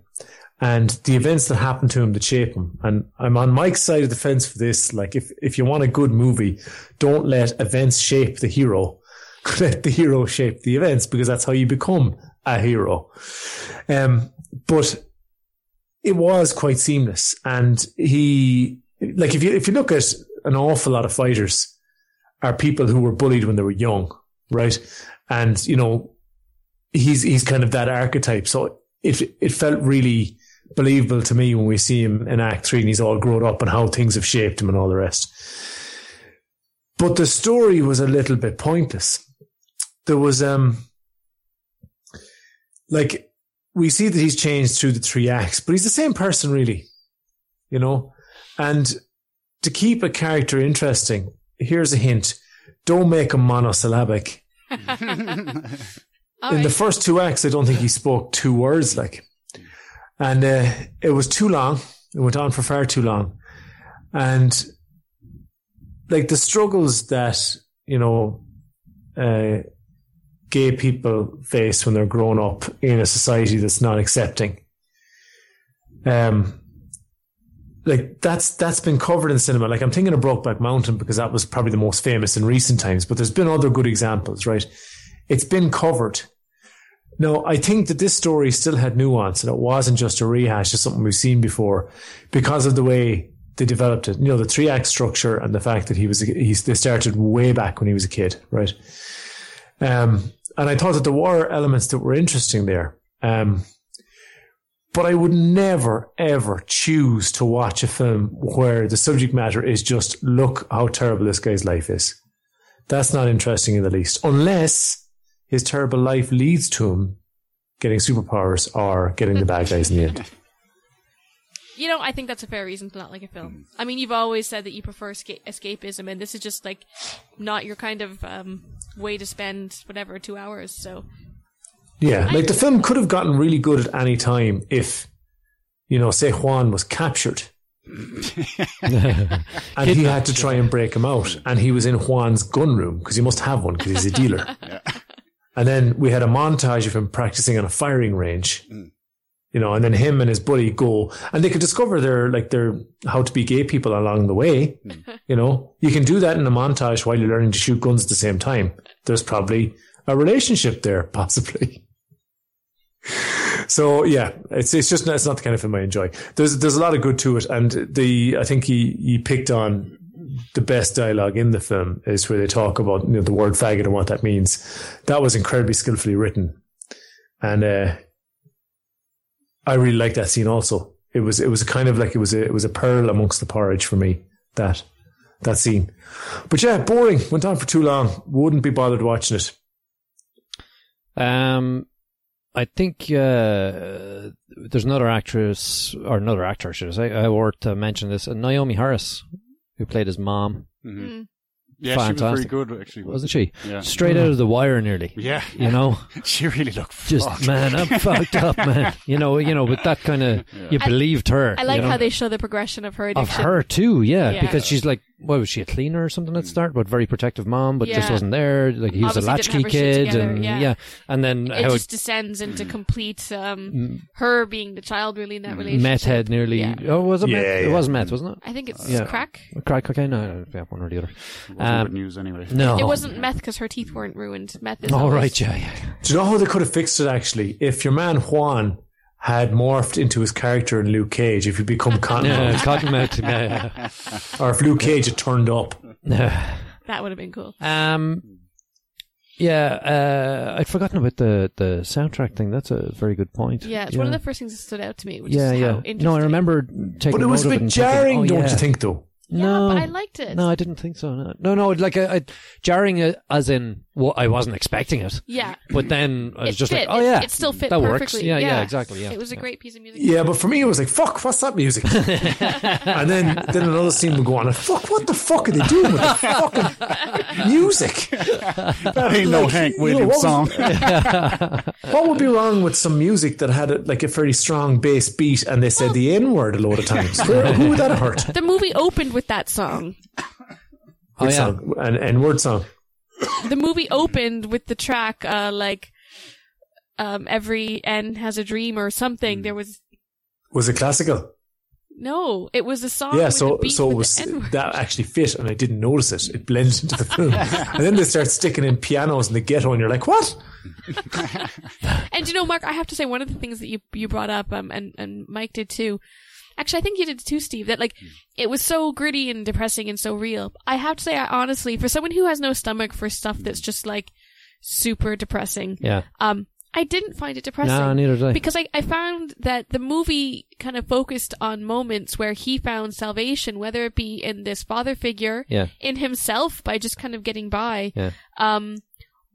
and the events that happen to him that shape him. And I'm on Mike's side of the fence for this. Like, if, if you want a good movie, don't let events shape the hero. let the hero shape the events because that's how you become a hero. Um, but it was quite seamless. And he, like, if you, if you look at an awful lot of fighters are people who were bullied when they were young, right? And, you know, he's, he's kind of that archetype. So it, it felt really, believable to me when we see him in Act Three and he's all grown up and how things have shaped him and all the rest. But the story was a little bit pointless. There was um like we see that he's changed through the three acts, but he's the same person really. You know? And to keep a character interesting, here's a hint. Don't make him monosyllabic.
All
in
right.
the first two acts, I don't think he spoke two words, like, and uh, it was too long. It went on for far too long, and like the struggles that you know, uh, gay people face when they're grown up in a society that's not accepting. Um, like that's that's been covered in cinema. Like I'm thinking of Brokeback Mountain because that was probably the most famous in recent times. But there's been other good examples, right? It's been covered. No, I think that this story still had nuance and it wasn't just a rehash of something we've seen before because of the way they developed it. You know, the three act structure and the fact that he was, he, they started way back when he was a kid, right? Um, and I thought that there were elements that were interesting there. Um, but I would never, ever choose to watch a film where the subject matter is just look how terrible this guy's life is. That's not interesting in the least, unless his terrible life leads to him getting superpowers or getting the bad guys in the end.
You know, I think that's a fair reason to not like a film.
Mm.
I mean, you've always said that you prefer esca- escapism, and this is just like not your kind of um, way to spend whatever two hours. So
Yeah, like the film could have gotten really good at any time if, you know, say Juan was captured and he had to try and break him out, and he was in Juan's gun room because he must have one because he's a dealer. And then we had a montage of him practicing on a firing range. You know, and then him and his buddy go, and they could discover their like their how to be gay people along the way. You know, you can do that in a montage while you're learning to shoot guns at the same time. There's probably a relationship there, possibly. So yeah, it's it's just not, it's not the kind of film I enjoy. There's there's a lot of good to it, and the I think he he picked on the best dialogue in the film is where they talk about you know, the word faggot and what that means. That was incredibly skillfully written, and uh, I really liked that scene. Also, it was it was kind of like it was a, it was a pearl amongst the porridge for me. That that scene, but yeah, boring. Went on for too long. Wouldn't be bothered watching it.
Um, I think uh, there's another actress or another actor, should I say? I worth to mention this, uh, Naomi Harris, who played his mom,
Mm.
Mhm. Yeah,
Fantastic.
she was very good actually.
wasn't she?
Yeah.
Straight out of the wire, nearly.
Yeah,
You know,
she really looked
just
fucked.
man, I'm fucked up, man. You know, you know, but that kind of you
I-
believed her.
I like
you know?
how they show the progression of her
of
addiction.
her too, yeah,
Yeah.
because she's like, what was she a cleaner or something
Mm.
at the start, but very protective mom, but just
Yeah.
wasn't there. Like he was a
Obviously
latchkey
didn't have her shit
kid,
together,
and
yeah.
and then
It
how
just descends into complete um, her being the child, really, in that
it
relationship.
Mm. meth head nearly.
Yeah.
Oh, was it meth?
Yeah,
It
yeah.
was meth, wasn't
I think it's
Yeah.
crack.
it? Crack cocaine, uh, yeah, one or the other.
Wasn't good
Um,
news anyway.
no,
It wasn't meth because her teeth weren't ruined. Meth is
All
always-
right, yeah, yeah.
Do you know how they could have fixed it actually? If your man Juan had morphed into his character in Luke Cage, if he'd become Cottonmouth,
yeah cottonmouth, yeah,
or if Luke Cage had turned up.
yeah.
That would have been cool.
Um, yeah, uh, I'd forgotten about the the soundtrack thing. That's a very good point.
Yeah, it's one of the first things that stood out to me. Which
yeah,
is
yeah.
How interesting.
No, I remember taking.
But it was a
note of
bit
and thinking,
jarring,
oh,
don't
yeah.
you think, though?
Yeah,
No,
but I liked it.
No, I didn't think so. No, no, no like I, I, jarring uh, as in well, I wasn't expecting it,
Yeah,
but then I was
it
just
fit.
like, oh
it,
yeah,
it still fit
that
perfectly.
works. Yeah, yeah, exactly. Yeah,
it was a
yeah.
great piece of music.
Yeah, but for me, it was like, fuck, what's that music? and then, then another scene would go on, and fuck, what the fuck are they doing with the fucking music?
That ain't no
Like,
Hank
you know,
Williams
what
song.
was- What would be wrong with some music that had a, like a very strong bass beat and they said the N word a load of times? Where, who would that hurt?
The movie opened with that song.
Oh
Which
yeah,
song? An N word song.
The movie opened with the track uh, like um, every N has a dream or something.
Hmm.
There was
Was it classical?
no. It was a song. Oh,
Yeah,
with
so
a beat
so it
with
was
the N-word.
that actually fit, and I didn't notice it. It blended into the film, and then they start sticking in pianos in the ghetto, and you're like, "What?"
And you know, Mark, I have to say one of the things that you you brought up, um, and and Mike did too. Actually, I think you did too, Steve. That
Hmm.
like it was so gritty and depressing and so real. I have to say, I honestly, for someone who has no stomach for stuff that's just like super depressing,
yeah.
um, I didn't find it depressing.
No, neither did I.
because I, I found that the movie kind of focused on moments where he found salvation, whether it be in this father figure,
Yeah.
in himself by just kind of getting by,
Yeah.
um,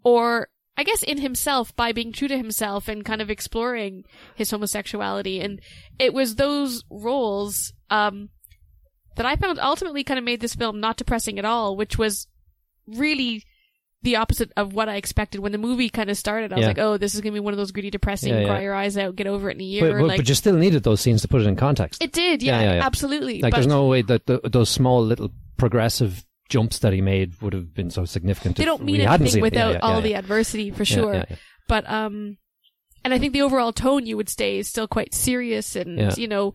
or I guess in himself by being true to himself and kind of exploring his homosexuality. And it was those roles um, that I found ultimately kind of made this film not depressing at all, which was really the opposite of what I expected when the movie kind of started. I was
Yeah.
like, oh, this is going to be one of those gritty, depressing,
Yeah, yeah.
cry your eyes out, get over it in a year.
but, but,
like,
but you still needed those scenes to put it in context.
it did,
Yeah,
yeah,
yeah, yeah.
absolutely.
like,
but
there's no way that the, those small little progressive jumps that he made would have been so significant.
they
if
don't mean
we hadn't
anything
seen it. Yeah,
without
yeah,
all
yeah,
the
yeah.
adversity, for
Yeah,
sure.
yeah, yeah.
but um and i think the overall tone you would stay is still quite serious and
Yeah.
you know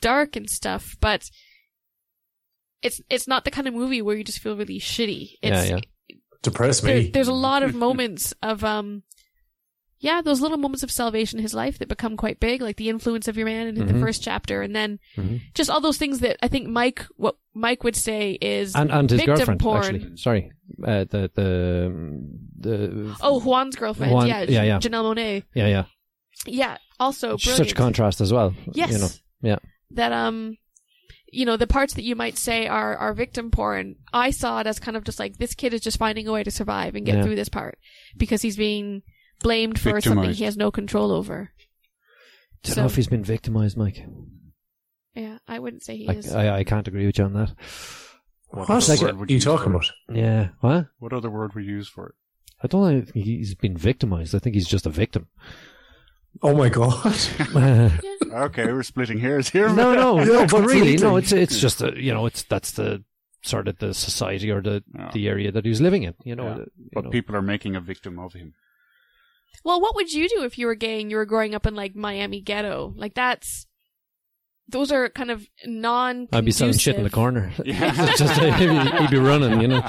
dark and stuff but it's it's not the kind of movie where you just feel really shitty it's
Yeah,
Depress
there-
me.
there's a lot of moments of um yeah those little moments of salvation in his life that become quite big like the influence of your man in
Mhm.
the first chapter and then
Mhm.
just all those things that i think mike what mike would say is
And and his
Victim
girlfriend
porn.
actually. Sorry, uh, the the the
oh juan's girlfriend
Juan-
yeah,
yeah, yeah.
janelle monet
yeah yeah.
yeah also
Such
Oh, brilliant.
contrast as well.
Yes.
You know. Yeah.
That um you know, the parts that you might say are, are victim porn, I saw it as kind of just like this kid is just finding a way to survive and get
Yeah.
through this part because he's being blamed for something
Victimized.
he has no control over.
Don't
So-
know if he's been victimized, Mike.
Yeah, I wouldn't say he
Like, uh,
is.
I, I can't agree with you on that.
What,
other
Like,
are
word would
you
use
talking
for it?
about?
Yeah. What?
What other word we use for it?
I don't think he's been victimized. I think he's just a victim.
Oh my god!
no,
Okay, we're splitting hairs here.
no, no.
Yeah,
But really, no.
completely.
It's it's just a, you know it's that's the sort of the society or the
Yeah.
the area that he's living in. You know.
Yeah.
the- you
But
know.
people are making a victim of him.
Well, what would you do if you were gay and you were growing up in like Miami ghetto? Like that's those are kind of non.
I'd be selling shit in the corner.
Yeah.
Just- he'd, he'd be running, you know.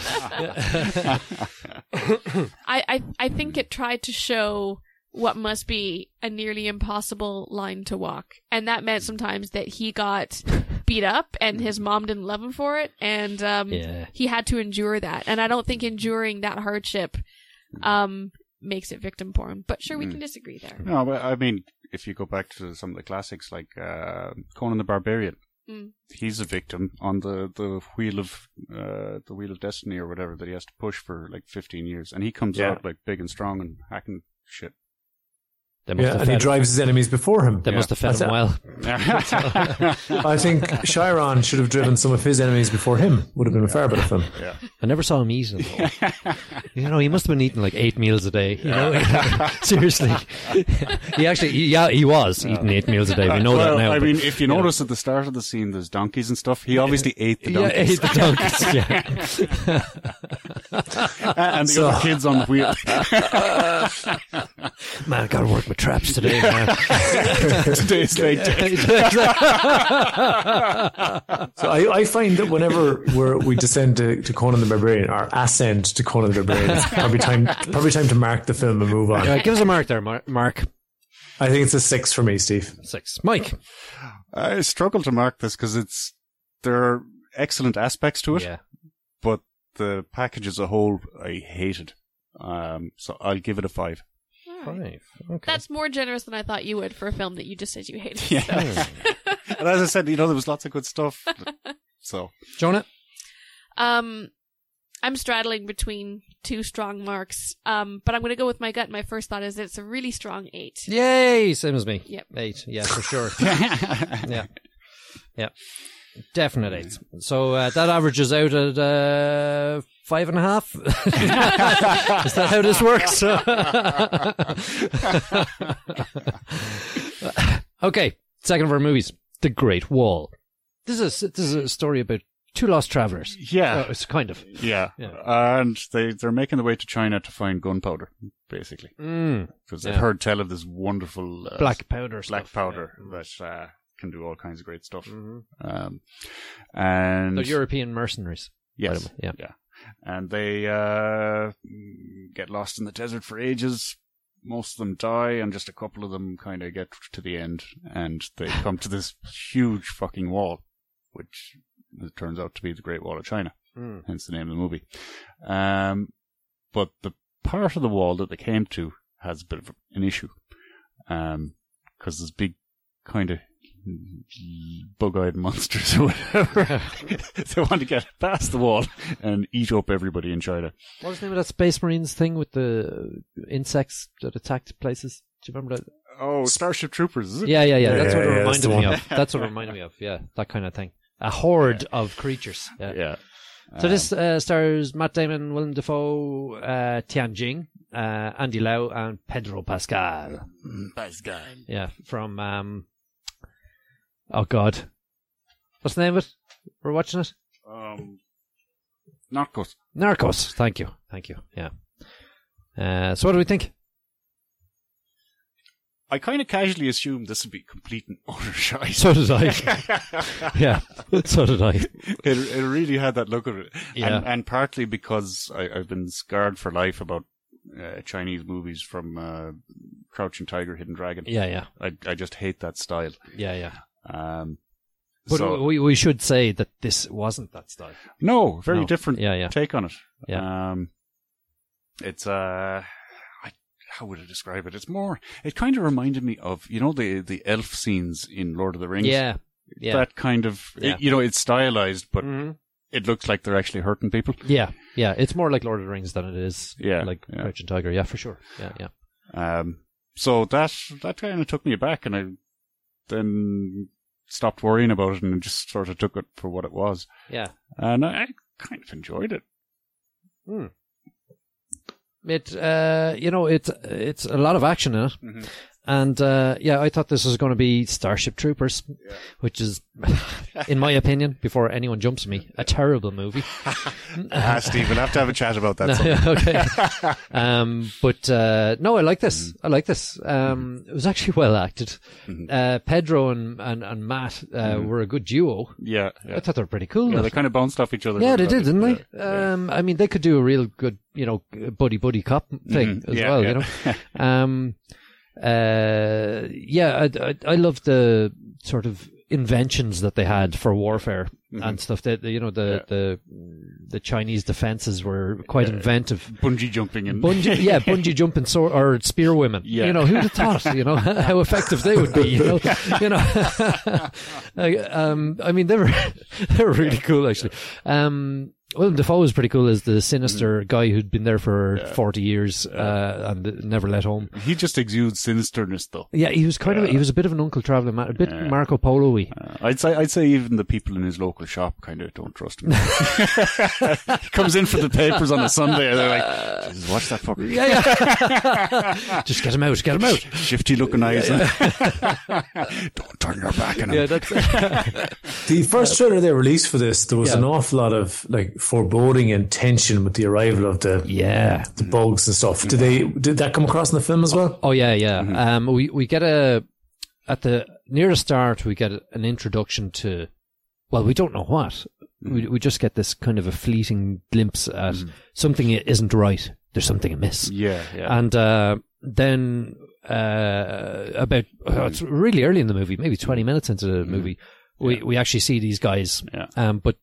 I, I I think it tried to show what must be a nearly impossible line to walk, and that meant sometimes that he got beat up and his mom didn't love him for it, and um,
Yeah.
he had to endure that. And I don't think enduring that hardship um makes it victim porn. But sure, we
Mm.
can disagree there.
No, but I mean, if you go back to some of the classics like uh, Conan the Barbarian,
Mm.
he's a victim on the, the wheel of uh, the wheel of destiny or whatever that he has to push for like 15 years, and he comes
Yeah.
out like big and strong and hacking shit.
They must
yeah,
have
and he
fed,
drives his enemies before him.
they must have fed
That's
him
it.
well.
yeah,
I think Chiron should have driven some of his enemies before him. Would have been a far better film.
I never saw him eating. you know, he must have been eating like eight meals a day. You know, seriously. he actually, he- yeah, he was eating eight meals a day. We know
well,
that now.
I
but-
mean, if you notice at the start of the scene, there's donkeys and stuff. He obviously ate the
yeah,
donkeys
ate the donkeys. Yeah.
and the other kids on the wheel.
Man, I gotta work my traps today. Man.
Today's late. day.
So I, I find that whenever we're, we descend to, to Conan the Barbarian or ascend to Conan the Barbarian, it's probably time probably time to mark the film and move on.
Right, give us a mark there, Mar- Mark.
I think it's a six for me, Steve.
Six. Mike.
I struggle to mark this because it's there are excellent aspects to it,
Yeah.
but the package as a whole, I hated. Um, so I'll give it a five.
All right.
Five. Okay.
That's more generous than I thought you would for a film that you just said you hated.
and as I said, you know, there was lots of good stuff. So
Jonah.
Um, I'm straddling between two strong marks, um, but I'm going to go with my gut. My first thought is it's a really strong eight.
Yay, same as me.
Yep.
Eight. Yeah, for sure. yeah. Yeah. Definite eight. So uh, that averages out at uh, five and a half. Is that how this works? okay. Second of our movies The Great Wall. This is, this is a story about two lost travelers.
yeah,
Oh, it's kind of.
yeah,
Yeah.
and they they're making the way to China to find gunpowder, basically,
Mm,
because they've
Yeah.
heard tell of this wonderful uh,
black powder.
black
stuff.
powder that uh, can do all kinds of great stuff.
Mhm.
Um, and
They're Oh, European mercenaries. by
yes,
the way. Yeah.
and they uh, get lost in the desert for ages. Most of them die, and just a couple of them kind of get to the end, and they come to this huge fucking wall, which it turns out to be the Great Wall of China,
Mm.
hence the name of the movie. Um, but the part of the wall that they came to has a bit of an issue, because there's big kind of bug-eyed monsters or whatever. they want to get past the wall and eat up everybody in China.
What was the name of that Space Marines thing with the uh, insects that attacked places? Do you remember that?
Oh, Starship Troopers, is it?
Yeah, yeah, yeah. That's
Yeah,
what it
yeah, that's
reminded
the
me
one.
of. That's what it reminded me of. Yeah, that kind of thing. A horde of creatures. Yeah.
Yeah.
So this
Um,
uh, stars Matt Damon, Willem Dafoe, uh, Tian Jing, uh, Andy Lau, and Pedro Pascal.
Pascal.
Yeah, from um, oh god, what's the name of it? We're watching it.
Um, Narcos.
Narcos. Thank you. Thank you. Yeah. Uh, so what do we think?
I kind of casually assumed this would be complete and utter shite.
So did I. yeah. So did I.
it, it really had that look of it.
Yeah.
And, and partly because I, I've been scarred for life about uh, Chinese movies from uh, Crouching Tiger, Hidden Dragon.
Yeah, yeah,
I, I just hate that style.
yeah, yeah.
Um,
But
so-
we we should say that this wasn't that style.
No, very
No.
different
Yeah, yeah.
take on it.
Yeah.
Um, it's uh, I, how would I describe it? It's more. It kind of reminded me of you know the the elf scenes in Lord of the Rings.
Yeah, Yeah.
that kind of
Yeah.
you know it's stylized, but
Mhm.
it looks like they're actually hurting people.
Yeah, yeah. It's more like Lord of the Rings than it is
Yeah,
like
yeah.
Crouching Tiger. Yeah, for sure. Yeah, yeah.
Um, so that that kind of took me aback, and I then stopped worrying about it and just sort of took it for what it was,
Yeah.
and I, I kind of enjoyed it.
It, uh, you know, it's it's a lot of action in it,
Mhm.
and uh, yeah, I thought this was going to be Starship Troopers, which is, in my opinion, before anyone jumps me, a terrible movie.
ah, Steve, we'll have to have a chat about that. sometime.
okay. um, but uh, no, I like this.
Mm-hmm.
I like this. Um, it was actually well acted. Uh, Pedro and and, and Matt uh, were a good duo.
yeah,
I
Mm-hmm. yeah.
thought they were pretty cool.
Yeah,
in
they
it.
kind of bounced off each other.
Yeah, they
a
did,
little
didn't
bit.
they? Um, I mean, they could do a real good, you know, buddy buddy cop thing
Mhm.
as
Yeah,
well.
yeah.
You know, um, uh, yeah, I, I, I love the sort of inventions that they had for warfare
Mm-hmm.
and stuff. That you know, the the the Chinese defenses were quite inventive.
Bungee jumping and
Bungee, yeah, bungee jumping sword or spear women.
Yeah.
You know, who'd have thought, you know, how effective they would be, you know. you know. Uh, um, I mean, they were, they were really cool, actually. Um, Willem Dafoe was pretty cool as the sinister guy who'd been there for 40 years uh, and never let home.
he just exudes sinisterness, though.
Yeah, he was kind of, he was a bit of an Uncle Traveling Man, a bit Marco Polo-y.
Uh, I'd say I'd say even the people in his local shop kind of don't trust him. he comes in for the papers on a Sunday, and they're like, Jesus, "Watch that fucker!"
Uh, Yeah, yeah. Just get him out, get him out.
Shifty looking eyes. don't turn your back on him.
Yeah, that's
The first trailer they released for this, there was
Yeah.
an awful lot of like foreboding and tension with the arrival of the
yeah.
the bugs and stuff. Did they did that come across in the film as well?
Oh yeah, yeah. Um, we we get a at the near the start we get an introduction to. Well, we don't know what. We we just get this kind of a fleeting glimpse at something that isn't right. There's something amiss.
yeah, yeah.
And uh, then uh, about oh, it's really early in the movie, maybe 20 minutes into the movie, we, we actually see these guys.
Mm-hmm. Yeah.
Um, but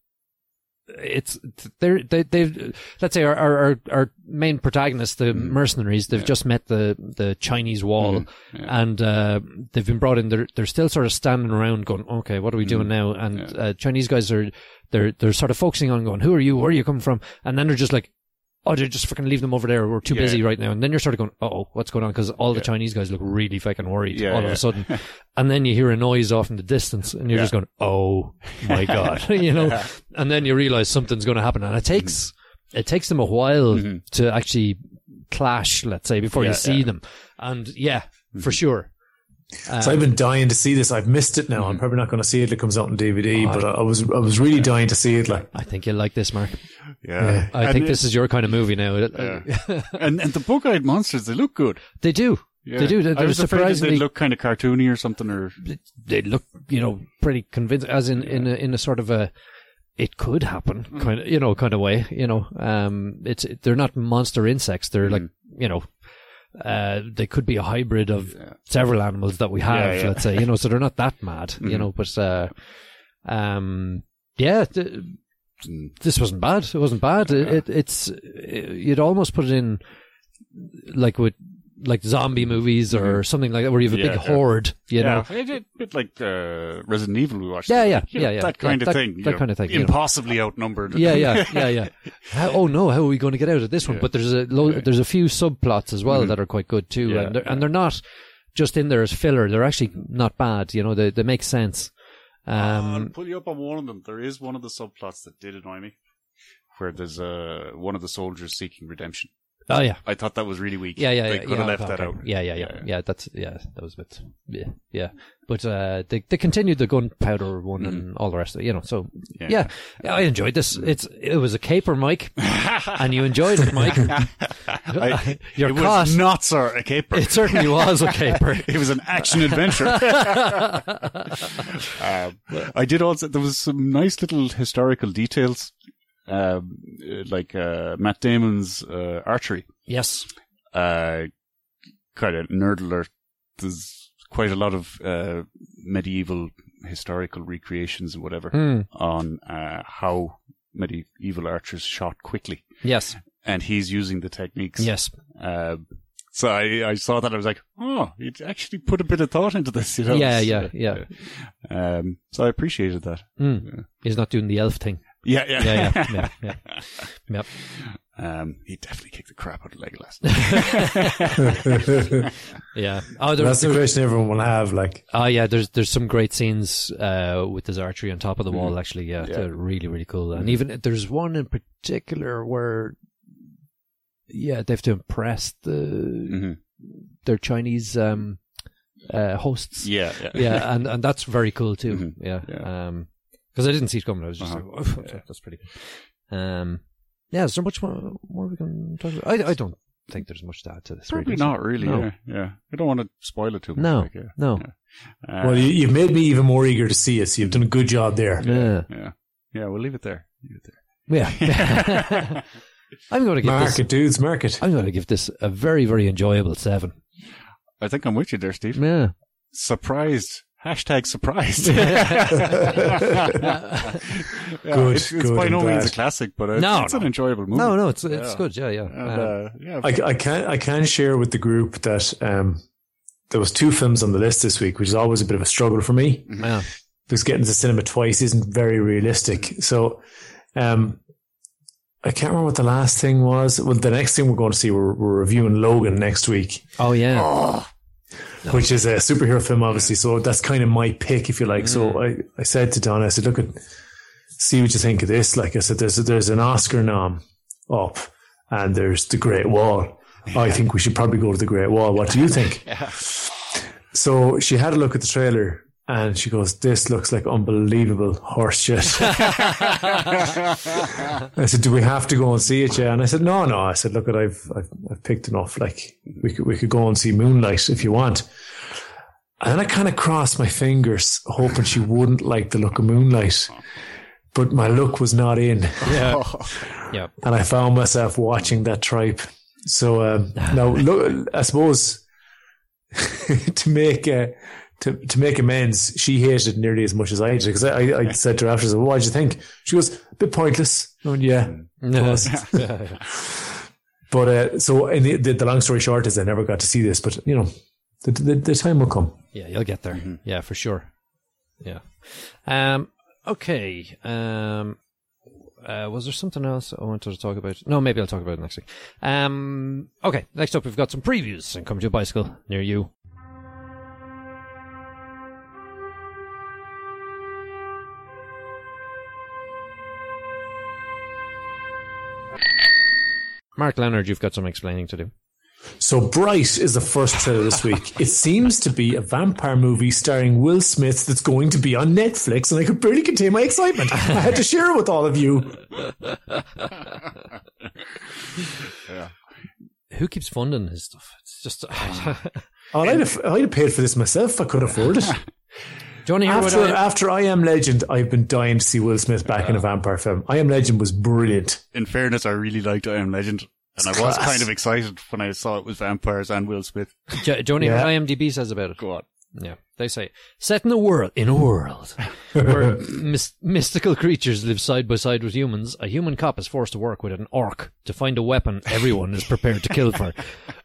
it's they're they they let's say our our, our- our main protagonists, the
Mm-hmm.
mercenaries, they've just met the the Chinese wall,
Mm-hmm.
and uh, they've been brought in. They're they're still sort of standing around, going, okay, what are we
Mm-hmm.
doing now? And uh, Chinese guys are they're they're sort of focusing on going, who are you? Where are you coming from? And then they're just like, oh, dude, just fucking leave them over there. We're too
Yeah.
busy right now. And then you're sort of going, oh, what's going on? Because all the Chinese guys look really fucking worried
Yeah,
all of
yeah.
a sudden. and then you hear a noise off in the distance and you're just going, oh my God, you know? And then you realize something's going to happen. And it takes,
Mm-hmm.
it takes them a while to actually clash, let's say, before
Yeah,
you see
yeah. Mm-hmm.
them. And yeah, for sure.
so I've been dying to see this. I've missed it now. I'm probably not going to see it. till It comes out on DVD, but I, I was I was really dying to see it. Like
I think you'll like this, Mark.
Ah, yeah.
I
and
think
it-
this is your kind of movie now.
and and the bug-eyed monsters they look good.
They do.
Yeah.
They do. They're
I was afraid that
surprisingly
they look kind of cartoony or something. Or
they look, you know, pretty convincing, as in in a, in a sort of a it could happen
Mm.
kind of you know kind of way. You know, um, it's they're not monster insects. They're
Mm.
like you know. Uh, they could be a hybrid of several animals that we have,
Yeah, Mm-hmm. yeah.
let's say, you know, so they're not that mad, you know, but, uh, um, yeah, th- this wasn't bad. It wasn't bad. It, it, it's, it, you'd almost put it in like with, like zombie movies or something like that, where you have a
Mm-hmm. Yeah,
big
yeah.
horde, you know,
yeah, a bit, bit like uh, Resident Evil we watched.
Yeah, yeah,
You know,
yeah, yeah.
That
Yeah,
kind
that-
of thing. you
that
know,
kind of thing, you know.
Impossibly outnumbered.
Yeah, yeah, yeah, yeah. How, oh no, how are we going to get out of this one? But there's a lo- there's a few subplots as well that are quite good too,
Mm-hmm. Yeah,
and, they're, and they're not just in there as filler. They're actually not bad. You know, they they make sense.
I'll
Um,
pull you up on one of them. There is one of the subplots that did annoy me, where there's uh, one of the soldiers seeking redemption.
oh yeah.
I thought that was really weak.
Yeah, yeah,
Ah, They
yeah,
could
yeah,
have left
okay,
that
okay.
out.
Yeah, yeah, yeah, yeah, That's yeah, that was a bit, yeah, yeah. But uh, they they continued the gunpowder one
Mm.
and all the rest of it, you know. So yeah, yeah, I enjoyed this. It's it was a caper, Mike, and you enjoyed it, Mike.
I-
Your
it
cost,
was not, sir, a caper.
it certainly was a caper.
it was an action adventure. um, I did also. There was some nice little historical details, um, uh, like uh, Matt Damon's uh, archery.
Yes.
Uh, kind of nerd alert. There's quite a lot of uh, medieval historical recreations and whatever
Hmm.
on uh, how medieval archers shot quickly,
Yes.
and he's using the techniques.
Yes.
Uh, So I, I saw that I was like, oh, you actually put a bit of thought into this, you know?
Yeah,
It's,
yeah,
uh,
yeah.
Um, so I appreciated that.
Mm. He's not doing the elf thing.
Yeah, yeah,
Yeah, yeah, yeah, yeah. Yep.
Um, he definitely kicked the crap out of Legolas.
Yeah. Oh, there,
That's the
there-
question everyone will have. Like,
oh, yeah. There's there's some great scenes uh, with his archery on top of the wall. Actually, Mm-hmm. yeah, Mm-hmm.
Yeah.
they're really really cool. And even there's one in particular where, yeah, they have to impress the Mm-hmm.
Mhm.
their Chinese um, uh, hosts.
yeah, yeah,
yeah, and, and that's very cool too.
Mhm.
Yeah,
Yeah.
because I didn't see it coming. I was just
Uh-huh.
like, oh, that's pretty. Um, yeah, is there much more, more we can talk about? I, I don't think there's much to add to this. really,
Probably
is there?
not really.
No.
Yeah, yeah. I don't want to spoil it too much.
No.
like, yeah.
No.
Uh,
well, you, you've made me even more eager to see it. So you've done a good job there.
Yeah.
yeah, yeah. We'll leave it there. Leave it
Yeah.
there.
I'm going to give
Market,
this.
dudes, market.
I'm going to give this a very, very enjoyable seven.
I think I'm with you there, Steve.
Yeah.
Surprised. Hashtag surprised. Yeah,
Good,
it's, it's
good
by
and
no means
bad.
a classic, but it's,
No,
it's
no.
an enjoyable movie.
No, no, it's it's
Yeah.
good. Yeah, yeah.
And,
Uh,
uh, yeah,
I, I can I can share with the group that um, there was two films on the list this week, which is always a bit of a struggle for me
yeah.
because getting to cinema twice isn't very realistic. So, um, I can't remember what the last thing was. Well, the next thing we're going to see, we're, we're reviewing Logan next week,
Oh yeah.
which is a superhero film, obviously. So that's kind of my pick, if you like. So I, I said to Don, I said, look at, see what you think of this. Like I said, there's there's an Oscar nom up, and there's the Great Wall. I think we should probably go to the Great Wall. What do you think? So she had a look at the trailer. And she goes, This looks like unbelievable horse shit. I said, "Do we have to go and see it?" Yeah, and I said, "No, no." I said, "Look, at I've I've, I've picked enough. Like we could we could go and see Moonlight if you want." And then I kind of crossed my fingers, hoping she wouldn't like the look of Moonlight. But my look was not in,
Yeah.
and I found myself watching that tripe. So um, now, look, I suppose to make uh, to to make amends, she hated it nearly as much as I did because I, I, I said to her after, I said, "What did you think?" She goes, "A bit pointless." I went, "Yeah." But uh, so, in the, the, the long story short is I never got to see this, but you know, the, the, the time will come.
Yeah, you'll get there. Yeah, for sure. Yeah. Um, okay. Um, uh, was there something else I wanted to talk about? No, maybe I'll talk about it next week. Um, okay. Next up, we've got some previews and come to a bicycle near you. Mark Leonard, you've got some explaining to do.
So, Bright is the first trailer this week. It seems to be a vampire movie starring Will Smith that's going to be on Netflix, and I could barely contain my excitement. I had to share it with all of you.
Who keeps funding his stuff? It's just.
Oh, I'd have, I'd have paid for this myself if I could afford it.
Do you want to hear
After,
what I,
after I Am Legend, I've been dying to see Will Smith back in a vampire film. I Am Legend was brilliant.
in fairness, I really liked I Am Legend, and I was
class.
kind of excited when I saw it was vampires and Will Smith.
Jo- do you want to hear what
Yeah.
IMDb says about it?
Go on.
Yeah, they say set in a world in a world where mys- mystical creatures live side by side with humans. A human cop is forced to work with an orc to find a weapon everyone is prepared to kill for.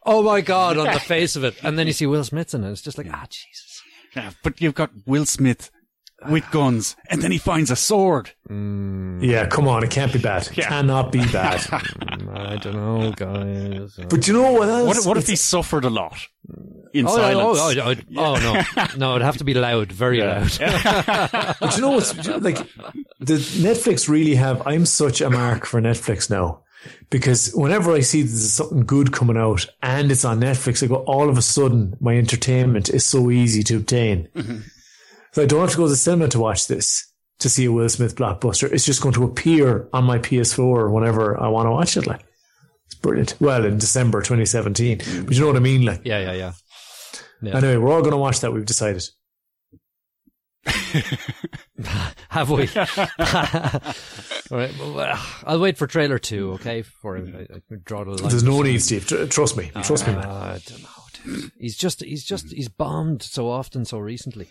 oh my god! On the face of it, and then you see Will Smith in it. It's just like ah Jesus.
Yeah, but you've got Will Smith with guns, and then he finds a sword.
Yeah, come on, it can't be bad. Cannot be bad.
Mm, I don't know, guys. Uh,
but you know what else?
What, if- what if
It's-
he suffered a lot in
Oh,
silence?
oh, oh, oh, oh, no, no! It'd have to be loud, very loud.
But you know what's like the Netflix really have I'm such a mark for Netflix now. Because whenever I see there's something good coming out and it's on Netflix, I go all of a sudden my entertainment is so easy to obtain. so I don't have to go to the cinema to watch this to see a Will Smith blockbuster. It's just going to appear on my PS4 whenever I want to watch it. Like it's brilliant. Well, in December 2017, but you know what I mean. Like
Yeah, yeah, yeah.
anyway, we're all going to watch that. We've decided.
Have we? All right, well, uh, I'll wait for trailer two, okay? For I, I draw the line.
There's no need, Steve. Tr- Trust me. Trust me. man.
Ah, I don't know. Dude. He's just, he's just, he's bombed so often, so recently.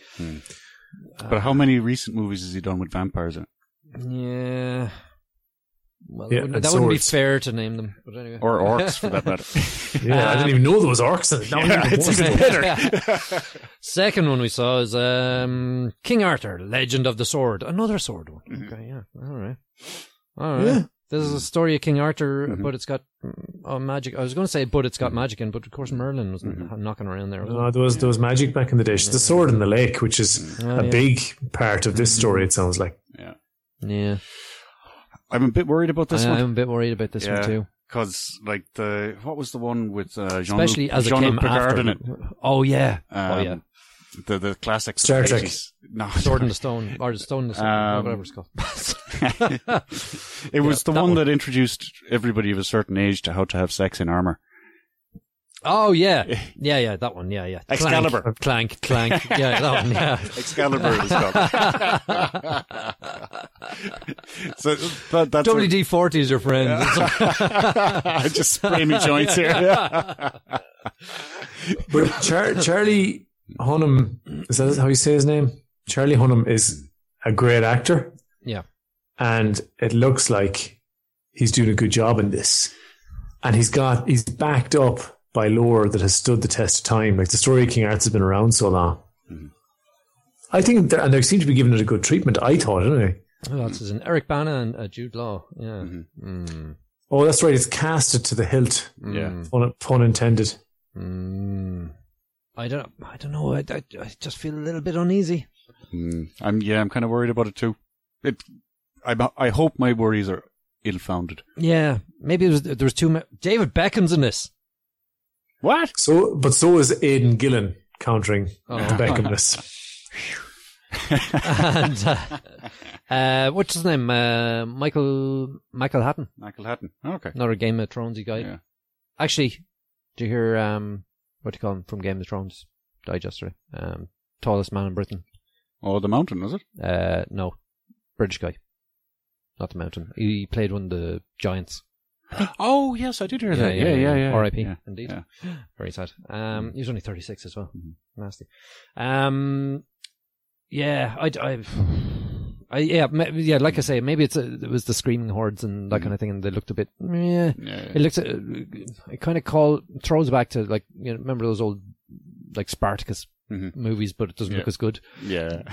But how many recent movies has he done with vampires in?
Yeah, Well,
Yeah,
that,
and
wouldn't, that wouldn't be
swords.
fair to name them. But anyway.
or orcs for that matter.
Yeah, I didn't even know there was orcs in it. Now I
Yeah,
know there
it's
was.
even better.
Second one we saw is um, King Arthur, Legend of the Sword. Another sword one.
Mm-hmm.
Okay, yeah. All right. All right.
Yeah.
This is a story of King Arthur,
Mm-hmm.
but it's got mm, oh, magic. I was going to say, but it's got magic in, but of course Merlin was
Mm-hmm.
knocking around there.
Uh,
wasn't
No, there was there was magic back in the day. It's The sword in the lake, which is
he?
a
yeah.
big part of this story. It sounds like.
Yeah.
I'm a bit worried about this
I,
one
am a bit worried about this
Yeah.
one too.
because, like the what was the one with uh, Jean
Especially as it
Jean-Luc
came
Picard
after.
in it?
Oh, yeah. oh,
Um,
yeah.
the the classic
Star Trek.
80s. No,
Sword in the Stone, or the Stone in the Stone,
Um,
whatever it's called.
it was the
that
one
one.
that introduced everybody of a certain age to how to have sex in armor.
Oh yeah, yeah, yeah, that one, yeah, yeah.
Excalibur.
clank, clank, clank. yeah, that one, yeah.
Excalibur it was called. so that, that's a-
WD forty is your friend.
I just spray me joints here.
But Char- Charlie Hunnam is that how you say his name? Charlie Hunnam is a great actor.
Yeah.
and it looks like he's doing a good job in this, and he's got he's backed up by lore that has stood the test of time. Like the story of King Arthur has been around so long.
Mm-hmm.
I think, they're- and they seem to be giving it a good treatment. I thought, didn't they?
Who else is in? Eric Bana and uh, Jude Law. Yeah. Mm.
Oh, that's right. It's casted to the hilt.
Yeah.
Pun, pun intended.
Mm. I don't. I don't know. I, I, I just feel a little bit uneasy.
Mm, I'm yeah, I'm kind of worried about it too. It, I I hope my worries are ill-founded.
Yeah. Maybe it was, there was too much. David Beckham's in this.
What?
So, but so is Aidan Gillen countering
Oh.
the Beckhamness.
and uh, uh, what's his name? Uh, Michael Michael Hatton,
Michael Hatton. Okay.
another Game of Thronesy guy.
Yeah.
Actually, do you hear um what do you call him from Game of Thrones? Died yesterday. Um, tallest man in Britain.
Oh, the mountain was it?
Uh, no, British guy, not the mountain. He played one of the giants.
Oh yes, I did hear that.
R.I.P.
yeah,
Indeed.
yeah. Mm. Mm-hmm.
Very sad. Um, he was only thirty six as well. Nasty. Um, yeah, I, I, I, yeah, ma- yeah. Like I say, maybe it's a, it was the screaming hordes and that kind of thing, and they looked a bit. Yeah,
Mm-hmm. Yeah,
it looks. uh, It kind of call throws back to like you know, remember those old like Spartacus
Mhm.
movies, but it doesn't
Yeah.
look as good.
yeah.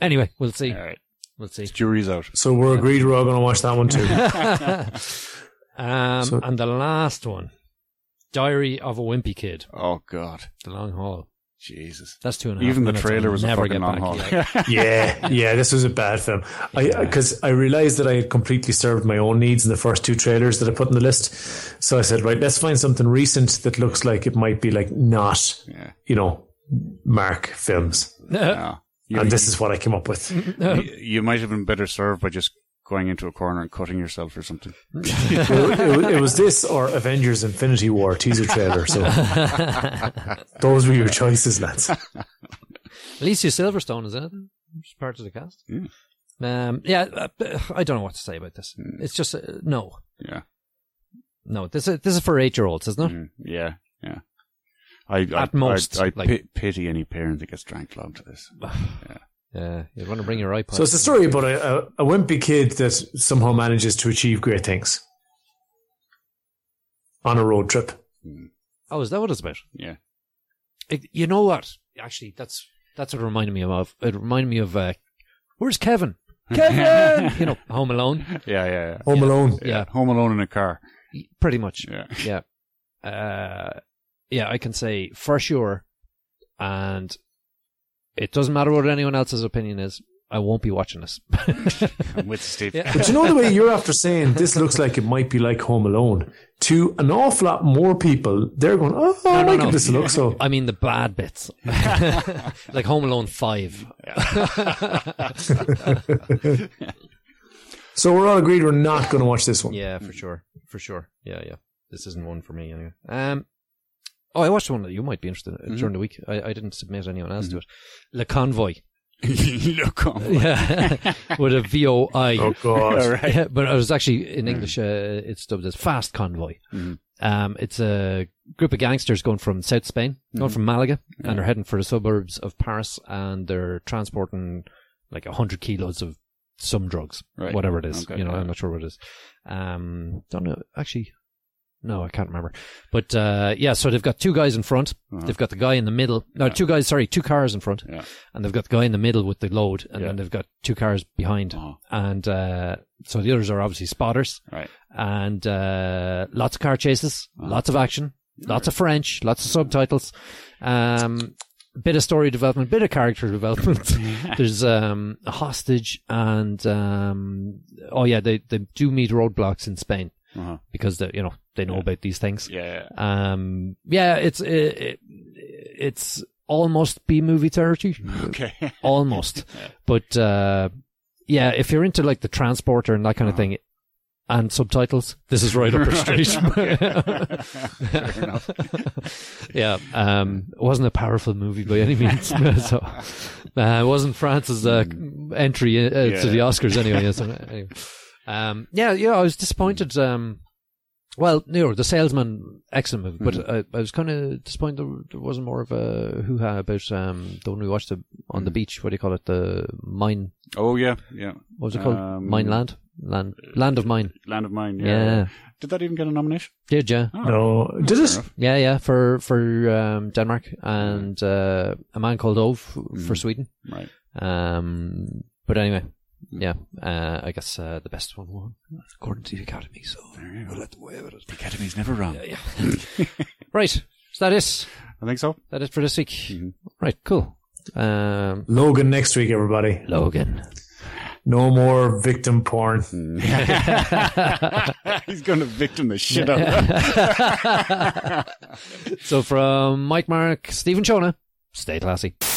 Anyway, we'll see.
All right.
We'll see.
Jury's out.
So we're agreed we're all going to watch that one too.
Um,
So-
and the last one, Diary of a Wimpy Kid,
Oh God,
The Long Haul.
Jesus!
That's two and a half.
Even the
minutes, I'll
trailer was a
never
fucking
get
long
back.
haul.
Yeah.
yeah, yeah, this was a bad film. I because I realized that I had completely served my own needs in the first two trailers that I put in the list. So I said, right, let's find something recent that looks like it might be like not,
Yeah.
you know, Mark films.
No. You,
And this is what I came up with.
you, you might have been better served by just going into a corner and cutting yourself or something.
it, it- it was this or Avengers Infinity War teaser trailer. So those were your choices, lads.
Alicia Silverstone is in it. She's part of the cast.
Yeah.
Um, yeah, uh, I don't know what to say about this.
Hmm.
It's just uh, no,
Yeah.
no. This is this is for eight year olds, isn't it?
Mm, yeah. Yeah. I, I,
At most,
I, I
like-
pi- pity any parent that gets dragged along to this.
Yeah, you want to bring your iPod.
So it's a story about a, a, a wimpy kid that somehow manages to achieve great things on a road trip.
oh, is that what it's about?
Yeah.
It, you know what? Actually, that's that's what it reminded me of. It reminded me of uh, where's Kevin? Kevin, you know, Home Alone.
Yeah, yeah, yeah.
Home Alone.
Yeah,
Home alone in a car.
pretty much.
Yeah.
Yeah, uh, yeah. I can say for sure, and it doesn't matter what anyone else's opinion is. I won't be watching this.
I'm with Steve.
Yeah.
But you know the way you're after saying this looks like it might be like Home Alone to an awful lot more people. They're going, oh, I
no,
like
no.
it this look. So
I mean the bad bits, like Home Alone Five.
so we're all agreed we're not going to watch this one.
Yeah, for sure, for sure. Yeah, yeah. This isn't one for me anyway. Um, oh, I watched one that you might be interested in uh, during the week. I, I didn't submit anyone else to it. Le Convoy,
Look on.
Mm-hmm. yeah, with a V O I.
Oh God.
All right. Hmm.
Yeah, but it was actually in English. Uh, it's dubbed as Fast Convoy.
Mm-hmm.
Um, it's a group of gangsters going from South Spain, going
Mm-hmm.
from Malaga, and they're heading for the suburbs of Paris, and they're transporting like hundred kilos of some drugs,
Right.
whatever it is.
Okay,
you know,
yeah.
I'm not sure what it is. Um, don't know actually. No, I can't remember. But uh, yeah, so they've got two guys in front.
Uh-huh.
They've got the guy in the middle. No,
Yeah.
two guys. Sorry, two cars in front,
Yeah.
and they've got the guy in the middle with the load, and
Yeah.
then they've got two cars behind.
Uh-huh.
And uh, so the others are obviously spotters,
Right.
and uh, lots of car chases,
Uh-huh.
lots of action, lots of French, lots of subtitles, um, bit of story development, bit of character development. There's um, a hostage, and um, oh yeah, they they do meet roadblocks in Spain
Uh-huh.
because they you know they know
Yeah.
about these things.
Yeah.
Um, yeah, it's it, it, it's almost B movie territory,
Okay.
almost. But uh, yeah, if you're into like the transporter and that kind of
Uh-huh.
thing, and subtitles, this is right up your street.
Fair enough.
yeah, um, it wasn't a powerful movie by any means. so, uh, it wasn't France's uh, entry uh, to the
Hmm. Yeah.
Oscars anyway. so, anyway. Um, yeah, yeah, I was disappointed. Um, well, you know, the salesman, excellent movie,
Hmm.
but I, I was kind of disappointed there, there wasn't more of a hoo ha about um, the one we watched the, on
Hmm.
the beach. What do you call it? The mine.
Oh yeah, yeah.
What was it called?
Um,
mine land, land, land of mine.
Land of Mine. Yeah.
Yeah,
Did that even get a nomination?
did ya?
Oh,
No, did
fair
it?
enough.
Yeah, yeah, for for um, Denmark and uh, a man called Ove for Sweden.
Right.
Um, but anyway, yeah, uh, I guess uh, the best one won according to the Academy. So we'll let them away with it.
The Academy's never wrong.
Yeah, yeah. right, so that is
I think so.
that is for this week. Right, cool. Um,
Logan next week, everybody.
Logan,
No more victim porn.
He's going to victim the shit out of that.
so from Mike, Mark, Stephen, Chona, stay classy.